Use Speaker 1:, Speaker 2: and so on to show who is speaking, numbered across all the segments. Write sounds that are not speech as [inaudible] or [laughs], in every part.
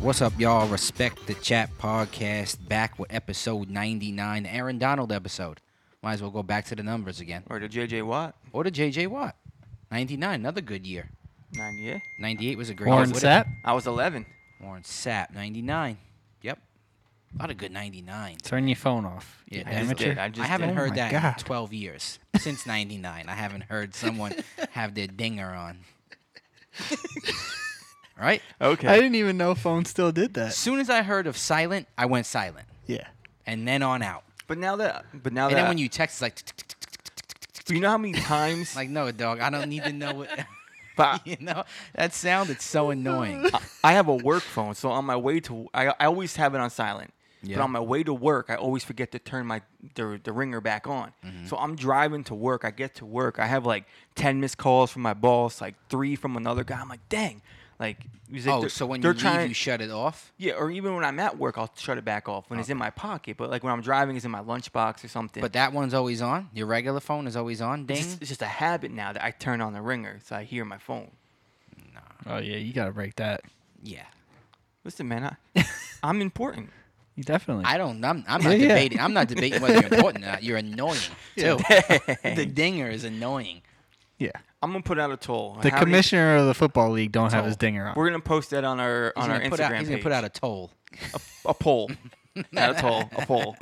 Speaker 1: What's up, y'all? Respect the Chat podcast back with episode 99, Aaron Donald episode. Might as well go back to the numbers again.
Speaker 2: Or the JJ Watt.
Speaker 1: Or to JJ Watt. 99, another good year.
Speaker 2: 98.
Speaker 1: 98 was a great
Speaker 3: Warren
Speaker 1: year. What
Speaker 3: Sapp.
Speaker 2: I was 11.
Speaker 1: a- Warren Sapp, 99. Yep. A lot of good 99.
Speaker 3: Turn your phone off.
Speaker 1: Yeah,
Speaker 3: Yeah,
Speaker 1: that's
Speaker 2: Just
Speaker 3: amateur. Oh
Speaker 2: did. I just
Speaker 1: I haven't
Speaker 2: did.
Speaker 1: heard
Speaker 3: my
Speaker 1: that
Speaker 3: God.
Speaker 1: in 12 years.
Speaker 3: [laughs]
Speaker 1: Since 99, I haven't heard someone have their dinger
Speaker 3: [laughs]
Speaker 1: on. right?
Speaker 2: Okay.
Speaker 4: I didn't even know phones still did
Speaker 1: As
Speaker 4: that.
Speaker 1: soon as I heard of silent, I went silent.
Speaker 4: Yeah.
Speaker 1: And then on out.
Speaker 2: but now that, but now
Speaker 1: And
Speaker 2: that,
Speaker 1: then when you text, it's like, tick, tick, tick, tick, tick, tick, tick, tick.
Speaker 2: you know how many times,
Speaker 1: [laughs] like, no, dog, I don't need to know
Speaker 2: [laughs]
Speaker 1: what. [laughs]
Speaker 2: but I,
Speaker 1: You know, that sounded so
Speaker 2: Oh,
Speaker 1: annoying.
Speaker 2: I have a work phone, so on my way to, I, I always have it on silent.
Speaker 1: Yeah.
Speaker 2: But on my way to work, I always forget to turn my the, the ringer back on.
Speaker 1: Mm-hmm.
Speaker 2: So I'm driving to work. I get to work. I have like ten missed calls from my boss, like three from another guy. I'm like, dang, like it was like
Speaker 1: Oh,
Speaker 2: they're-
Speaker 1: so when you
Speaker 2: they're
Speaker 1: leave,
Speaker 2: trying,
Speaker 1: you shut it off?
Speaker 2: yeah, or even when I'm at work, I'll shut it back off when it's in my pocket. But like when I'm driving, it's in my lunchbox or something.
Speaker 1: But that one's always on. Your regular phone is always on.
Speaker 2: It's
Speaker 1: Ding.
Speaker 2: just, it's just a habit now that I turn on the ringer so I hear my phone.
Speaker 3: Oh yeah, you gotta break that.
Speaker 1: yeah.
Speaker 2: Listen, man,
Speaker 1: [laughs]
Speaker 2: I, I'm important.
Speaker 3: You definitely.
Speaker 1: I don't. I'm, I'm not
Speaker 3: Yeah, yeah.
Speaker 1: debating. I'm not debating whether you're important or not. You're
Speaker 2: [laughs]
Speaker 1: annoying too. the dinger is annoying.
Speaker 4: Yeah.
Speaker 2: I'm gonna put out a toll. on
Speaker 3: The
Speaker 2: how many-
Speaker 3: commissioner of the football league don't have his dinger on.
Speaker 2: We're gonna post that on our
Speaker 1: He's
Speaker 2: on our
Speaker 1: gonna put
Speaker 2: Instagram
Speaker 1: out. He's gonna put
Speaker 2: page.
Speaker 1: out a toll.
Speaker 2: a poll, [laughs] not a toll,
Speaker 1: [laughs]
Speaker 2: a poll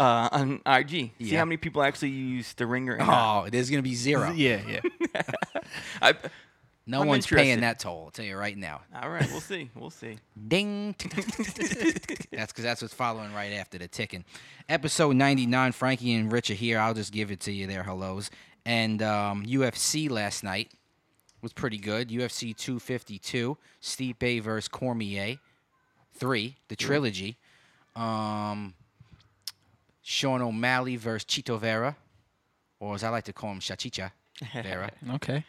Speaker 2: uh, on IG. See
Speaker 1: Yeah.
Speaker 2: how many people actually use the ringer. And not.
Speaker 1: Oh, there's gonna be zero.
Speaker 4: [laughs]
Speaker 3: Yeah, yeah.
Speaker 2: I,
Speaker 1: No
Speaker 2: I'm
Speaker 1: one's paying
Speaker 2: interested.
Speaker 1: that toll. I'll tell you right now.
Speaker 2: all right, we'll see.
Speaker 1: [laughs]
Speaker 2: We'll see.
Speaker 1: Ding. tick, tick, tick, tick, tick, tick. that's because that's what's following right after the ticking. Episode 99. Frankie and Rich are here. I'll just give it to you there. Hellos. And um, UFC last night was pretty good. UFC 252. Stipe versus Cormier. Three. The trilogy. Um, Sean O'Malley versus Chito Vera. Or as I like to call him, Shachicha
Speaker 3: [laughs]
Speaker 1: Vera.
Speaker 3: [laughs] Okay,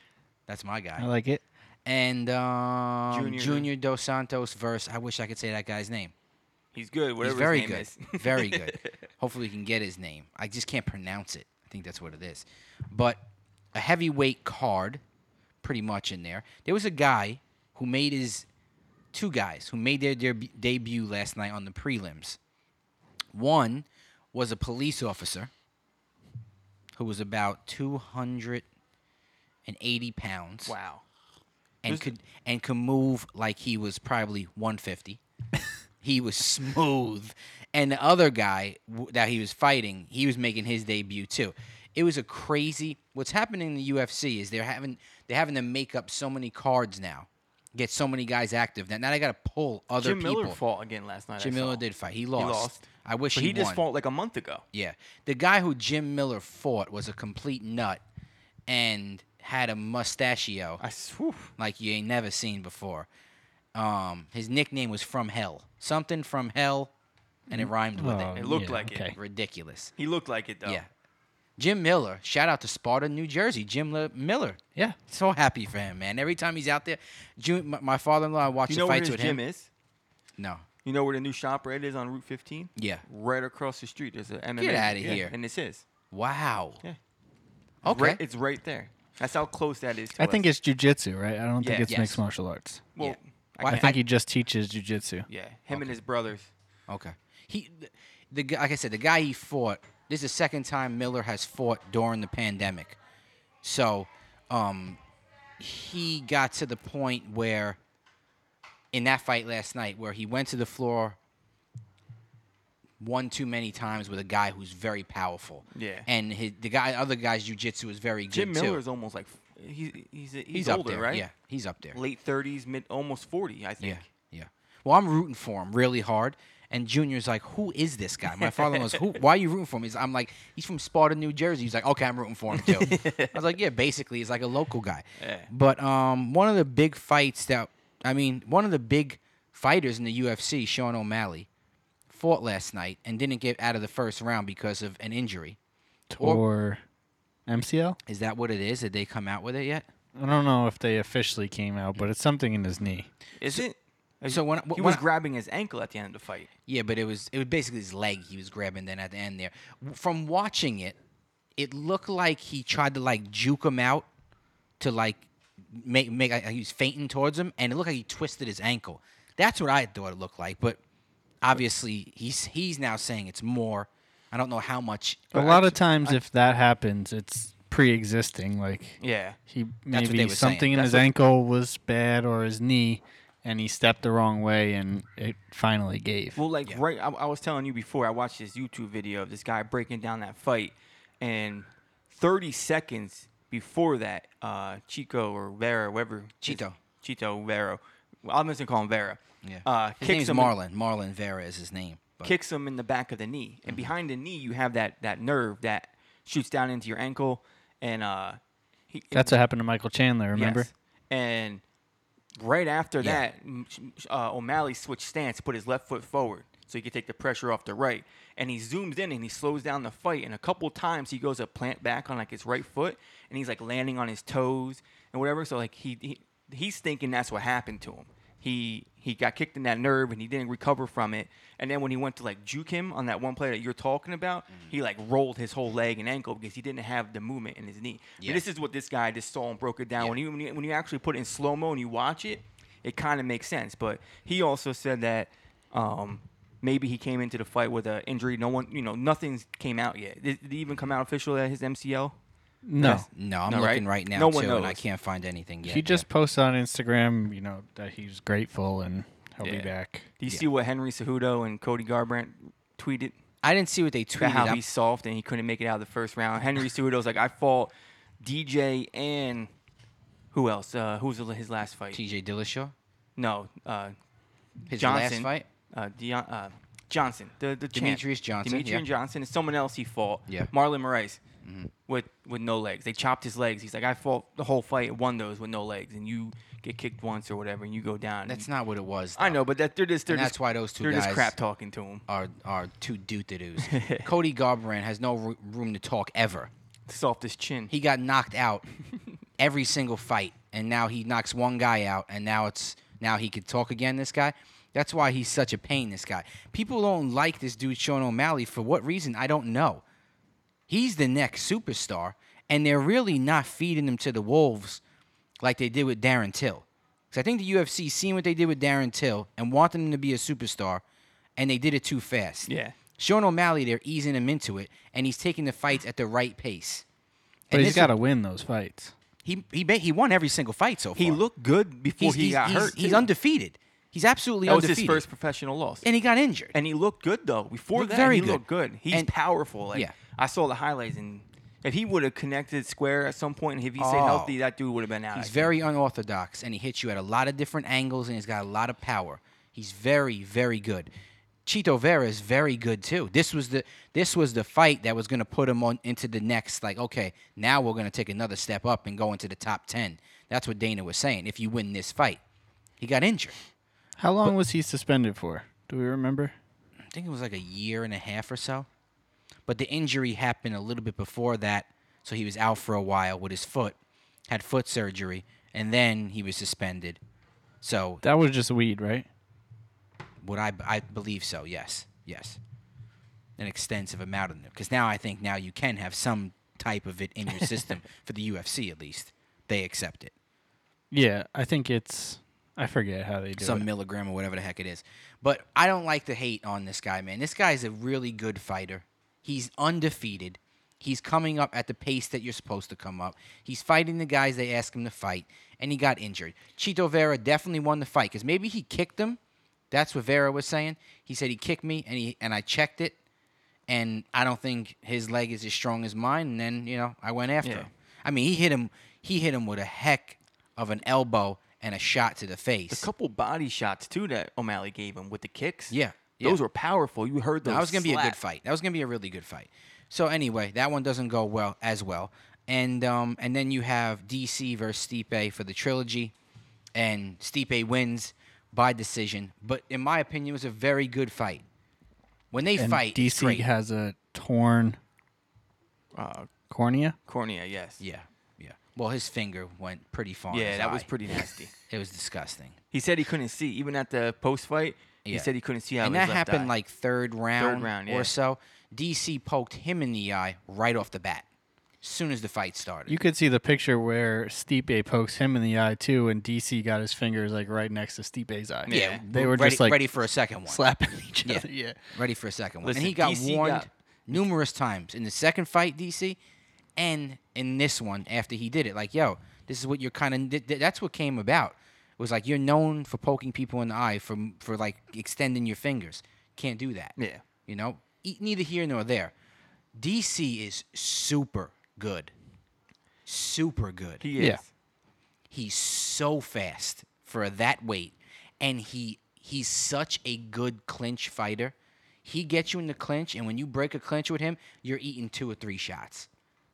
Speaker 1: That's my guy
Speaker 3: I like it.
Speaker 1: and um, Junior.
Speaker 2: Junior.
Speaker 1: Dos Santos versus I wish I could say that guy's name.
Speaker 2: [laughs] He's good. Whatever
Speaker 1: He's very
Speaker 2: his name
Speaker 1: good, [laughs]
Speaker 2: is.
Speaker 1: very good.
Speaker 2: [laughs]
Speaker 1: Hopefully, we can get his name. I just can't pronounce it. I think that's what it is. But a heavyweight card, pretty much in there. There was a guy who made his two guys who made their deb- debut last night on the prelims. One was a police officer who was about two hundred and eighty pounds
Speaker 2: Wow.
Speaker 1: and
Speaker 2: Who's-
Speaker 1: could and could move like he was probably
Speaker 2: [laughs]
Speaker 1: 150. he was smooth, and the other guy w- that he was fighting, he was making his debut too. It was a crazy. What's happening in the UFC is they're having they're having to make up so many cards now, get so many guys active that now they got to pull other
Speaker 2: Jim
Speaker 1: people.
Speaker 2: Miller fought again last night. I
Speaker 1: Jim Miller
Speaker 2: saw.
Speaker 1: did fight. He lost.
Speaker 2: lost.
Speaker 1: I wish
Speaker 2: But
Speaker 1: he,
Speaker 2: he just
Speaker 1: won.
Speaker 2: fought like a month ago.
Speaker 1: Yeah. The guy who Jim Miller fought was a complete nut and had a mustachio
Speaker 2: I s- whew.
Speaker 1: like you ain't never seen before. Um, his nickname was From Hell, something from Hell, and it rhymed with
Speaker 3: Oh,
Speaker 1: it.
Speaker 2: It looked
Speaker 3: yeah,
Speaker 2: like it.
Speaker 3: okay.
Speaker 1: Ridiculous.
Speaker 2: He looked like it though.
Speaker 1: Yeah. Jim Miller, shout out to Sparta, New Jersey. Jim Le- Miller,
Speaker 3: Yeah.
Speaker 1: so happy for him, man. Every time he's out there, June, my, my father-in-law, I watch
Speaker 2: You know
Speaker 1: the
Speaker 2: where
Speaker 1: fights
Speaker 2: his
Speaker 1: with
Speaker 2: gym
Speaker 1: him.
Speaker 2: is?
Speaker 1: No,
Speaker 2: You know where the new shop right is on Route 15?
Speaker 1: yeah,
Speaker 2: Right across the street. There's an MMA.
Speaker 1: outta
Speaker 2: yeah,
Speaker 1: here.
Speaker 2: And it's his.
Speaker 1: wow.
Speaker 2: Yeah.
Speaker 1: Okay,
Speaker 2: Right, it's right there. That's how close that is. To
Speaker 3: I think
Speaker 2: us.
Speaker 3: it's jujitsu, right? I don't think
Speaker 2: Yeah,
Speaker 3: it's
Speaker 1: yes.
Speaker 3: mixed martial arts.
Speaker 2: Well,
Speaker 1: yeah.
Speaker 2: I
Speaker 1: Why-
Speaker 3: I
Speaker 2: can't-
Speaker 3: think he just teaches jujitsu.
Speaker 2: yeah, him and his brothers.
Speaker 1: Okay. He, th- the gu- like I said, the guy he fought. This is the second time Miller has fought during the pandemic, so um, he got to the point where, in that fight last night, where he went to the floor one too many times with a guy who's very powerful.
Speaker 2: Yeah.
Speaker 1: And his, the guy, other guy's jujitsu is very
Speaker 2: Jim
Speaker 1: good
Speaker 2: Miller
Speaker 1: too.
Speaker 2: is almost like he, he's he's,
Speaker 1: He's
Speaker 2: older,
Speaker 1: up there,
Speaker 2: right?
Speaker 1: Yeah, he's up there.
Speaker 2: Late thirties, mid almost forty, I think.
Speaker 1: Yeah, yeah. Well, I'm rooting for him really hard. And Junior's like, "Who is this guy?" My father was, "Who? Why are you rooting for him?" He's, I'm like, "He's from Sparta, New Jersey." He's like, "Okay, I'm rooting for him too." I was like, "Yeah, basically, he's like a local guy."
Speaker 2: Yeah.
Speaker 1: But um, one of the big fights that I mean, one of the big fighters in the UFC, Sean O'Malley, fought last night and didn't get out of the first round because of an injury. Or-
Speaker 3: Or MCL?
Speaker 1: Is that what it is? Did they come out with it yet?
Speaker 3: I don't know if they officially came out, but it's something in his knee.
Speaker 2: Is it?
Speaker 1: so when-
Speaker 2: he
Speaker 1: when
Speaker 2: was
Speaker 1: I-
Speaker 2: grabbing his ankle at the end of the fight,
Speaker 1: Yeah, but it was it was basically his leg he was grabbing. Then at the end there, W- from watching it, it looked like he tried to like juke him out to like make make like, he was fainting towards him, and it looked like he twisted his ankle. That's what I thought it looked like, but obviously he's he's now saying it's more. I don't know how much.
Speaker 3: A lot of times, if that happens, it's pre-existing. Like
Speaker 2: Yeah.
Speaker 3: he
Speaker 1: what they
Speaker 3: maybe
Speaker 1: were saying.
Speaker 3: something in
Speaker 2: That's
Speaker 3: his
Speaker 2: what-
Speaker 3: ankle was bad or his knee, and he stepped the wrong way, and it finally gave.
Speaker 2: Well, like right, I, I was telling you before, I watched this YouTube video of this guy breaking down that fight, and 30 seconds before that, uh, Chico or Vera, whoever his-
Speaker 1: Chito.
Speaker 2: Chito Vera, well, I'm just gonna call him Vera.
Speaker 1: Yeah.
Speaker 2: uh,
Speaker 1: his
Speaker 2: kicks
Speaker 1: name's
Speaker 2: him in-
Speaker 1: Marlon. Marlon Vera is his name. But
Speaker 2: kicks him in the back of the knee,
Speaker 1: Mm-hmm.
Speaker 2: and behind the knee you have that that nerve that shoots down into your ankle, and uh, he,
Speaker 3: That's what happened to Michael Chandler. Remember?
Speaker 2: Yes. And right after
Speaker 1: Yeah.
Speaker 2: that, m- sh- sh- uh, O'Malley switched stance, put his left foot forward so he could take the pressure off the right. And he zooms in and he slows down the fight. And a couple times he goes a plant back on like his right foot, and he's like landing on his toes and whatever. So like he, he he's thinking that's what happened to him. He he got kicked in that nerve and he didn't recover from it. And then when he went to like juke him on that one play that you're talking about, he like rolled his whole leg and ankle because he didn't have the movement in his knee. But
Speaker 1: Yeah.
Speaker 2: this is what this guy just saw and broke it down. When, you, when you when you actually put it in slow mo and you watch it, it kind of makes sense. But he also said that um, maybe he came into the fight with an injury. No one, you know, nothing's came out yet. Did, did it even come out official at his MCL?
Speaker 3: No.
Speaker 2: Yes.
Speaker 1: no, I'm
Speaker 2: No, right?
Speaker 1: looking right, now
Speaker 2: No
Speaker 1: too,
Speaker 2: one
Speaker 1: and I
Speaker 2: knows.
Speaker 1: can't find anything yet.
Speaker 3: he just posted on Instagram, you know, that he's grateful and he'll be
Speaker 2: Yeah.
Speaker 3: back.
Speaker 2: Do you see what Henry Cejudo and Cody Garbrandt tweeted?
Speaker 1: I didn't see what they tweeted.
Speaker 2: about how
Speaker 1: I'm-
Speaker 2: he's soft and he couldn't make it out of the first round. Henry Cejudo's like, I fought DJ and who else? Uh, who was his last fight?
Speaker 1: T.J. Dillashaw,
Speaker 2: no, uh,
Speaker 1: his last
Speaker 2: Johnson.
Speaker 1: fight.
Speaker 2: uh, Deon, uh, Johnson, the the champ.
Speaker 1: Demetrius Johnson,
Speaker 2: Demetrius
Speaker 1: yeah.
Speaker 2: Johnson, and someone else he fought.
Speaker 1: Yeah. Mm-hmm.
Speaker 2: Marlon Moraes with with no legs. They chopped his legs. He's like, I fought the whole fight, won those with no legs, and you get kicked once or whatever, and you go down.
Speaker 1: That's not what it was.
Speaker 2: I know, but that they're just they're
Speaker 1: And
Speaker 2: just
Speaker 1: that's why those two
Speaker 2: they're just
Speaker 1: guys-
Speaker 2: crap talking to him.
Speaker 1: Are are two doot doos. Cody Garbrandt has no ro- room to talk ever.
Speaker 2: Softest chin.
Speaker 1: He got knocked out every single fight, and now he knocks one guy out, and now it's now he could talk again. This guy. That's why he's such a pain. This guy. People don't like this dude Sean O'Malley for what reason? I don't know. He's the next superstar, and they're really not feeding him to the wolves like they did with Darren Till. Because I think the UFC seen what they did with Darren Till and wanted him to be a superstar, and they did it too fast.
Speaker 2: Yeah.
Speaker 1: Sean O'Malley, they're easing him into it, and he's taking the fights at the right pace.
Speaker 3: But
Speaker 1: And
Speaker 3: he's
Speaker 1: this-
Speaker 3: got to win those fights.
Speaker 1: He he ba- he won every single fight so far.
Speaker 2: He looked good before
Speaker 1: He's-
Speaker 2: he
Speaker 1: he's-
Speaker 2: got
Speaker 1: he's-
Speaker 2: hurt.
Speaker 1: He's
Speaker 2: too.
Speaker 1: undefeated. He's absolutely
Speaker 2: That was
Speaker 1: undefeated.
Speaker 2: his first professional loss.
Speaker 1: and he got injured.
Speaker 2: And he looked good though. Before
Speaker 1: Looked
Speaker 2: that,
Speaker 1: very
Speaker 2: he
Speaker 1: good.
Speaker 2: looked good. He's
Speaker 1: And-
Speaker 2: powerful. Like
Speaker 1: Yeah.
Speaker 2: I saw the highlights, and if he would have connected square at some point, and if he stayed
Speaker 1: Oh.
Speaker 2: healthy, that dude would have been out.
Speaker 1: He's
Speaker 2: I think.
Speaker 1: very unorthodox, and he hits you at a lot of different angles, and he's got a lot of power. He's very, very good. Chito Vera is very good too. This was the this was the fight that was going to put him on into the next. Like, okay, now we're going to take another step up and go into the top ten. That's what Dana was saying. If you win this fight, he got injured.
Speaker 3: How long was he suspended for? Do we remember?
Speaker 1: I think it was like a year and a half or so. But the injury happened a little bit before that, so he was out for a while with his foot, had foot surgery, and then he was suspended. So
Speaker 3: That was just weed, right?
Speaker 1: Would I? I believe so. Yes. Yes. An extensive amount of them, because now I think now you can have some type of it in your system for the UFC at least. They accept it,
Speaker 3: Yeah, I think it's. I forget how they do
Speaker 1: some
Speaker 3: it.
Speaker 1: milligram or whatever the heck it is. But I don't like the hate on this guy, man. This guy's a really good fighter. He's undefeated. He's coming up at the pace that you're supposed to come up. He's fighting the guys they ask him to fight, and he got injured. Chito Vera definitely won the fight because maybe he kicked him. That's what Vera was saying. He said he kicked me, and he and I checked it, and I don't think his leg is as strong as mine. And then you know I went after
Speaker 2: Yeah.
Speaker 1: him. I mean, he hit him. He hit him with a heck of an elbow and a shot to the
Speaker 2: a
Speaker 1: face.
Speaker 2: couple body shots too that O'Malley gave him with the kicks.
Speaker 1: Yeah, yeah.
Speaker 2: those were powerful. You heard those.
Speaker 1: that was gonna be a good
Speaker 2: slap.
Speaker 1: fight. That was gonna be a really good fight. So anyway, that one doesn't go well as well. And um, and then you have DC versus Stipe for the trilogy, and Stipe wins by decision. But in my opinion, it was a very good fight. When they
Speaker 3: And
Speaker 1: fight, it's
Speaker 3: DC
Speaker 1: great.
Speaker 3: has a torn
Speaker 2: Uh,
Speaker 3: cornea.
Speaker 2: cornea, yes.
Speaker 1: yeah, yeah. Well, his finger went pretty far. in
Speaker 2: Yeah,
Speaker 1: his
Speaker 2: that was
Speaker 1: eye. [laughs]
Speaker 2: pretty nasty.
Speaker 1: It was disgusting.
Speaker 2: he said he couldn't see even at the post fight. He
Speaker 1: Yeah.
Speaker 2: said he couldn't see out
Speaker 1: and
Speaker 2: of his
Speaker 1: that
Speaker 2: left
Speaker 1: happened
Speaker 2: eye.
Speaker 1: like third round,
Speaker 2: round, yeah.
Speaker 1: or so. DC poked him in the eye right off the bat. soon as the fight started.
Speaker 3: You could see the picture where Stipe pokes him in the eye too, and DC got his fingers like right next to Stipe's eye.
Speaker 1: yeah,
Speaker 3: they were
Speaker 1: ready,
Speaker 3: just like
Speaker 1: ready for a second one.
Speaker 3: [laughs] slapping each
Speaker 1: Yeah.
Speaker 3: other. Yeah,
Speaker 1: ready for a second one.
Speaker 2: Listen,
Speaker 1: and he got
Speaker 2: DC
Speaker 1: warned
Speaker 2: got-
Speaker 1: numerous times in the second fight, DC, and in this one after he did it. Like, yo, this is what you're kind of. That's what came about. It was like you're known for poking people in the eye for for like extending your fingers. Can't do that.
Speaker 2: Yeah.
Speaker 1: You know, E- neither here nor there. DC is super good. Super good.
Speaker 2: He is.
Speaker 3: Yeah.
Speaker 1: He's so fast for that weight, and he he's such a good clinch fighter. He gets you in the clinch, and when you break a clinch with him, you're eating two or three shots,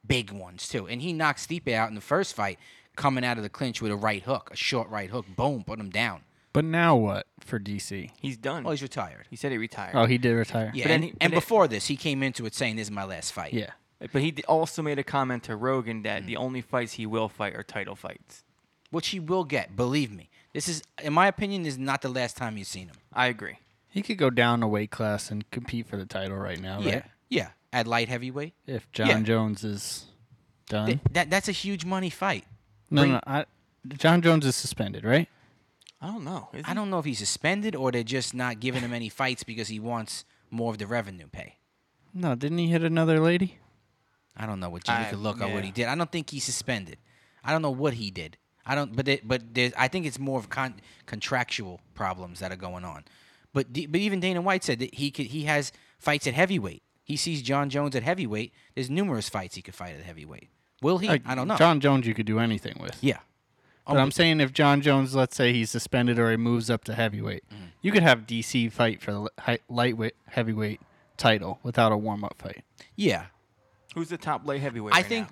Speaker 1: big ones too. And he knocked Stipe out in the first fight, coming out of the clinch with a right hook, a short right hook. Boom, put him down.
Speaker 3: but now what for DC?
Speaker 2: He's done.
Speaker 1: Oh, he's retired.
Speaker 2: he said he retired.
Speaker 3: Oh, he did retire.
Speaker 1: Yeah,
Speaker 2: But then
Speaker 1: and,
Speaker 2: he- but
Speaker 1: and
Speaker 2: then-
Speaker 1: before this, he came into it saying, "This is my last fight."
Speaker 3: yeah.
Speaker 2: But he d- also made a comment to Rogan
Speaker 1: Mm.
Speaker 2: that the only fights he will fight are title fights.
Speaker 1: which he will get. Believe me, this is, in my opinion, this is not the last time you've seen him.
Speaker 2: I agree.
Speaker 3: He could go down a weight class and compete for the title right now, right?
Speaker 1: Yeah, yeah, at light heavyweight.
Speaker 3: If John
Speaker 1: Yeah.
Speaker 3: Jones is done,
Speaker 2: Uh-huh.
Speaker 1: Th- that that's a huge money fight.
Speaker 3: no, no, I, John Jones is suspended, right?
Speaker 2: I don't know. Is
Speaker 1: I
Speaker 2: he?
Speaker 1: don't know if he's suspended or they're just not giving him any fights because he wants more of the revenue pay.
Speaker 3: No, didn't he hit another lady?
Speaker 1: I don't know what you, we
Speaker 2: I-
Speaker 1: could look at what
Speaker 2: yeah.
Speaker 1: he did. I don't think he's suspended. I don't know what he did. I don't, but it, but there's, I think it's more of con, contractual problems that are going on. But D, but even Dana White said that he could he has fights at heavyweight. He sees John Jones at heavyweight. There's numerous fights he could fight at heavyweight. Will
Speaker 2: Uh,
Speaker 1: he?
Speaker 3: Like,
Speaker 1: I don't know.
Speaker 3: John Jones, you could do anything with.
Speaker 1: yeah,
Speaker 3: But I'm saying if John Jones, let's say he's suspended or he moves up to heavyweight, you could have DC fight for the li- hi- lightweight heavyweight title without a warm up fight.
Speaker 1: yeah.
Speaker 2: Who's the top light heavyweight?
Speaker 1: I
Speaker 2: right
Speaker 1: think-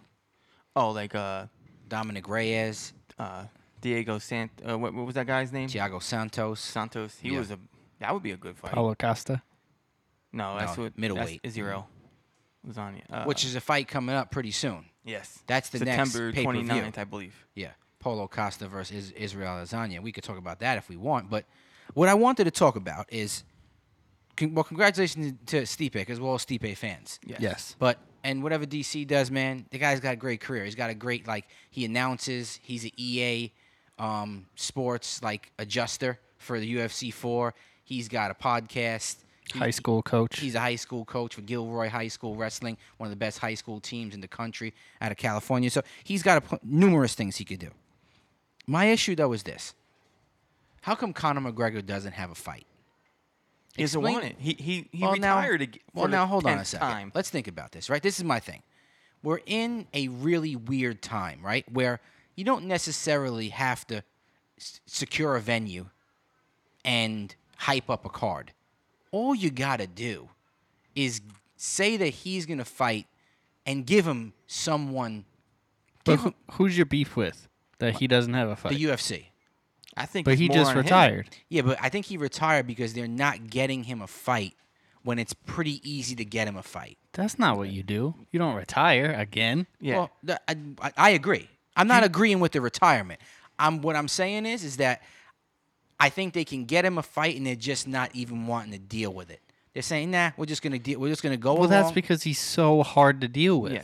Speaker 2: now? Oh, like uh,
Speaker 1: Dominic Reyes,
Speaker 2: uh, Diego Sant. Uh, what, what was that guy's name?
Speaker 1: Thiago Santos.
Speaker 2: Santos. He
Speaker 1: Yeah.
Speaker 2: was a. That would be a good fight.
Speaker 3: Paulo Costa.
Speaker 2: no, that's
Speaker 1: No,
Speaker 2: what
Speaker 1: middleweight.
Speaker 2: That's Israel was on it. Uh,
Speaker 1: which is a fight coming up pretty soon.
Speaker 2: yes,
Speaker 1: that's the next
Speaker 2: September
Speaker 1: pay-per-view.
Speaker 2: 29th, I believe.
Speaker 1: Yeah, Paulo Costa versus Is- Israel Adesanya. We could talk about that if we want, but what I wanted to talk about is, con- well, congratulations to Stipe because we're all Stipe fans.
Speaker 2: Yes.
Speaker 3: Yes.
Speaker 1: But and whatever DC does, man, the guy's got a great career. He's got a great like he announces. He's an EA um, Sports like adjuster for the UFC four. He's got a podcast. He-
Speaker 3: High school coach.
Speaker 1: He's a high school coach for Gilroy High School Wrestling, one of the best high school teams in the country out of California. So he's got a, pl- numerous things he could do. My issue, though, is this How come Conor McGregor doesn't have a fight?
Speaker 2: He doesn't
Speaker 1: Explain-
Speaker 2: want it. He he he
Speaker 1: Well, now-
Speaker 2: retired again.
Speaker 1: Well, now hold on a second.
Speaker 2: Time.
Speaker 1: Let's think about this, right? This is my thing. We're in a really weird time, right? Where you don't necessarily have to s- secure a venue and hype up a card. All you got to do is say that he's going to fight and give him someone,
Speaker 3: but
Speaker 1: give
Speaker 3: who,
Speaker 1: him
Speaker 3: who's your beef with that he doesn't have a fight?
Speaker 1: the UFC.
Speaker 2: I think.
Speaker 3: but
Speaker 2: it's
Speaker 3: he
Speaker 2: more
Speaker 3: just
Speaker 2: on him.
Speaker 3: retired.
Speaker 1: Yeah, but I think he retired because they're not getting him a fight when it's pretty easy to get him a fight.
Speaker 3: That's not what you do. You don't retire again.
Speaker 2: Yeah.
Speaker 1: Well, the, I, I- I agree. I'm not agreeing with the retirement. I'm what I'm saying is is that I think they can get him a fight, and they're just not even wanting to deal with it. They're saying, "Nah, we're just gonna deal. We're just gonna go
Speaker 3: Well,
Speaker 1: along."
Speaker 3: that's because he's so hard to deal with.
Speaker 2: Yeah.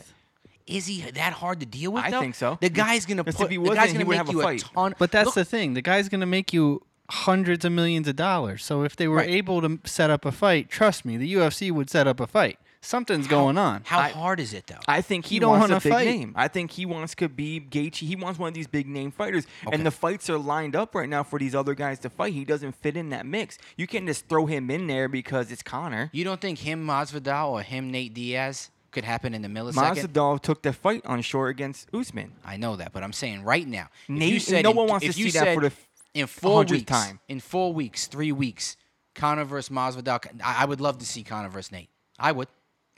Speaker 1: is he that hard to deal with?
Speaker 2: I
Speaker 1: though?
Speaker 2: think so.
Speaker 1: The guy's gonna
Speaker 2: Because
Speaker 1: put.
Speaker 2: if he
Speaker 1: the
Speaker 2: wasn't,
Speaker 1: guy's
Speaker 2: he
Speaker 1: gonna
Speaker 2: would
Speaker 1: make
Speaker 2: have a
Speaker 1: you
Speaker 2: fight.
Speaker 1: ton.
Speaker 3: But that's
Speaker 1: look,
Speaker 3: the thing. The guy's going to make you hundreds of millions of dollars. So if they were
Speaker 1: Right.
Speaker 3: able to m- set up a fight, trust me, the UFC would set up a fight. Something's going on.
Speaker 1: how
Speaker 2: I-
Speaker 1: hard is it though?
Speaker 2: I think he
Speaker 3: You don't
Speaker 2: wants
Speaker 3: wanna
Speaker 2: a big
Speaker 3: fight.
Speaker 2: name. I think he wants Khabib, Gaethje. He wants one of these big name fighters,
Speaker 1: Okay.
Speaker 2: and the fights are lined up right now for these other guys to fight. He doesn't fit in that mix. You can't just throw him in there because it's Connor.
Speaker 1: you don't think him Masvidal or him Nate Diaz could happen in the millisecond?
Speaker 2: Masvidal took the fight on shore against Usman.
Speaker 1: I know that, but I'm saying right now. if you
Speaker 2: Nate-
Speaker 1: said
Speaker 2: no
Speaker 1: in-
Speaker 2: one wants
Speaker 1: if
Speaker 2: to
Speaker 1: you
Speaker 2: see that
Speaker 1: said
Speaker 2: for the f-
Speaker 1: in four
Speaker 2: hundredth
Speaker 1: weeks.
Speaker 2: time.
Speaker 1: In four weeks, three weeks, Conor versus Masvidal. I, I would love to see Conor versus Nate. I would.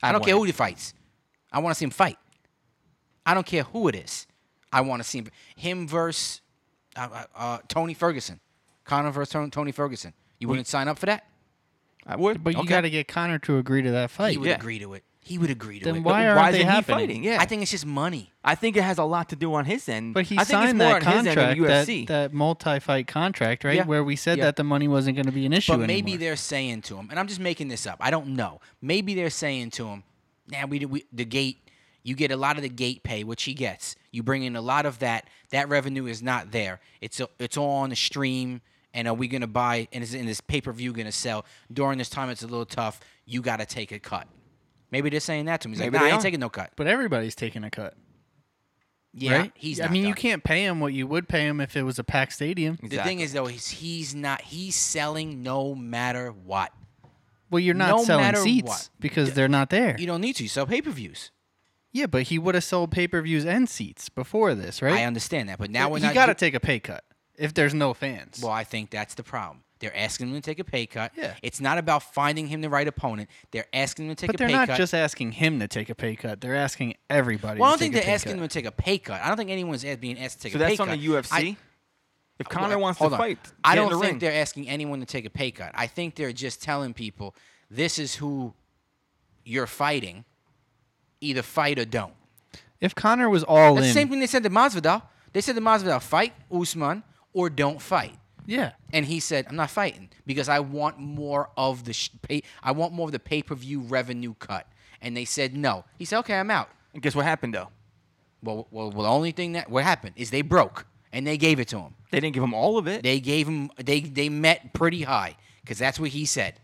Speaker 1: I
Speaker 2: I'd
Speaker 1: don't care
Speaker 2: want
Speaker 1: who he fights. I want to see him fight. I don't care who it is. I want to see him, him versus uh, uh, uh, Tony Ferguson. Conor versus Tony- Tony Ferguson. You wouldn't sign up for that?
Speaker 2: I would,
Speaker 3: But you
Speaker 1: Okay.
Speaker 3: got to get Connor to agree to that fight.
Speaker 1: He would
Speaker 2: yeah.
Speaker 1: agree to it. He would agree to
Speaker 3: Then
Speaker 1: it.
Speaker 3: why aren't
Speaker 2: why
Speaker 3: they
Speaker 2: isn't he
Speaker 3: happening?
Speaker 2: fighting? Yeah,
Speaker 1: I think it's just money.
Speaker 2: I think it has a lot to do on his end.
Speaker 3: But he
Speaker 2: I think it's
Speaker 3: signed
Speaker 2: more
Speaker 3: that
Speaker 2: on his end than
Speaker 3: contract,
Speaker 2: the
Speaker 3: that,
Speaker 2: UFC.
Speaker 3: that multi-fight contract, right?
Speaker 1: Yeah.
Speaker 3: Where we said
Speaker 1: Yeah.
Speaker 3: that the money wasn't going to be an issue
Speaker 1: But maybe
Speaker 3: anymore.
Speaker 1: they're saying to him, and I'm just making this up. I don't know. Maybe they're saying to him, "Now we, we the gate. You get a lot of the gate pay, which he gets. You bring in a lot of that. That revenue is not there. It's a, it's all on the stream. And are we going to buy? And is, and is pay per view going to sell during this time? It's a little tough. You got to take a cut. Maybe they're saying that to me. He's
Speaker 2: Maybe
Speaker 1: like, nah,
Speaker 2: they
Speaker 1: I ain't
Speaker 2: are.
Speaker 1: taking no cut.
Speaker 3: But everybody's taking a cut.
Speaker 1: Yeah,
Speaker 3: right?
Speaker 1: he's.
Speaker 3: I
Speaker 1: not
Speaker 3: mean, you
Speaker 1: done.
Speaker 3: can't pay him what you would pay him if it was a packed stadium.
Speaker 1: The thing is, though, he's he's not. He's selling no matter what.
Speaker 3: Well, you're not
Speaker 1: No
Speaker 3: selling
Speaker 1: matter
Speaker 3: seats
Speaker 1: what.
Speaker 3: because they're not there.
Speaker 1: You don't need to. You sell pay per views.
Speaker 3: yeah, but he would have sold pay per views and seats before this, right?
Speaker 1: I understand that, but now we're
Speaker 3: he
Speaker 1: not.
Speaker 3: got to
Speaker 1: do-
Speaker 3: take a pay cut if there's no fans.
Speaker 1: Well, I think that's the problem. They're asking him to take a pay cut.
Speaker 3: Yeah.
Speaker 1: It's not about finding him the right opponent. They're asking him to take
Speaker 3: but
Speaker 1: a
Speaker 3: they're
Speaker 1: pay
Speaker 3: not
Speaker 1: cut.
Speaker 3: just asking him to take a pay cut. They're asking everybody.
Speaker 1: well, I
Speaker 3: to
Speaker 1: don't think
Speaker 3: take a
Speaker 1: they're
Speaker 3: pay
Speaker 1: asking
Speaker 3: cut.
Speaker 1: him to take a pay cut. I don't think anyone's a- being asked to take
Speaker 2: So
Speaker 1: a pay
Speaker 2: that's
Speaker 1: cut.
Speaker 2: on the UFC.
Speaker 1: I-
Speaker 2: if Connor
Speaker 1: Well,
Speaker 2: wants to
Speaker 1: hold on.
Speaker 2: fight,
Speaker 1: I
Speaker 2: get in
Speaker 1: don't
Speaker 2: the
Speaker 1: think
Speaker 2: ring.
Speaker 1: they're asking anyone to take a pay cut. I think they're just telling people this is who you're fighting. Either fight or don't.
Speaker 3: If Connor was all
Speaker 1: That's
Speaker 3: in,
Speaker 1: the same thing they said to Masvidal. They said to Masvidal, fight Usman or don't fight.
Speaker 3: yeah,
Speaker 1: And he said, "I'm not fighting because I want more of the sh- pay- I want more of the pay-per-view revenue cut." And they said, "No." He said, "Okay, I'm out."
Speaker 2: And guess what happened though?
Speaker 1: Well, well, well the only thing that what happened is they broke and they gave it to him.
Speaker 2: They didn't give him all of it.
Speaker 1: They gave him they they met pretty high because that's what he said.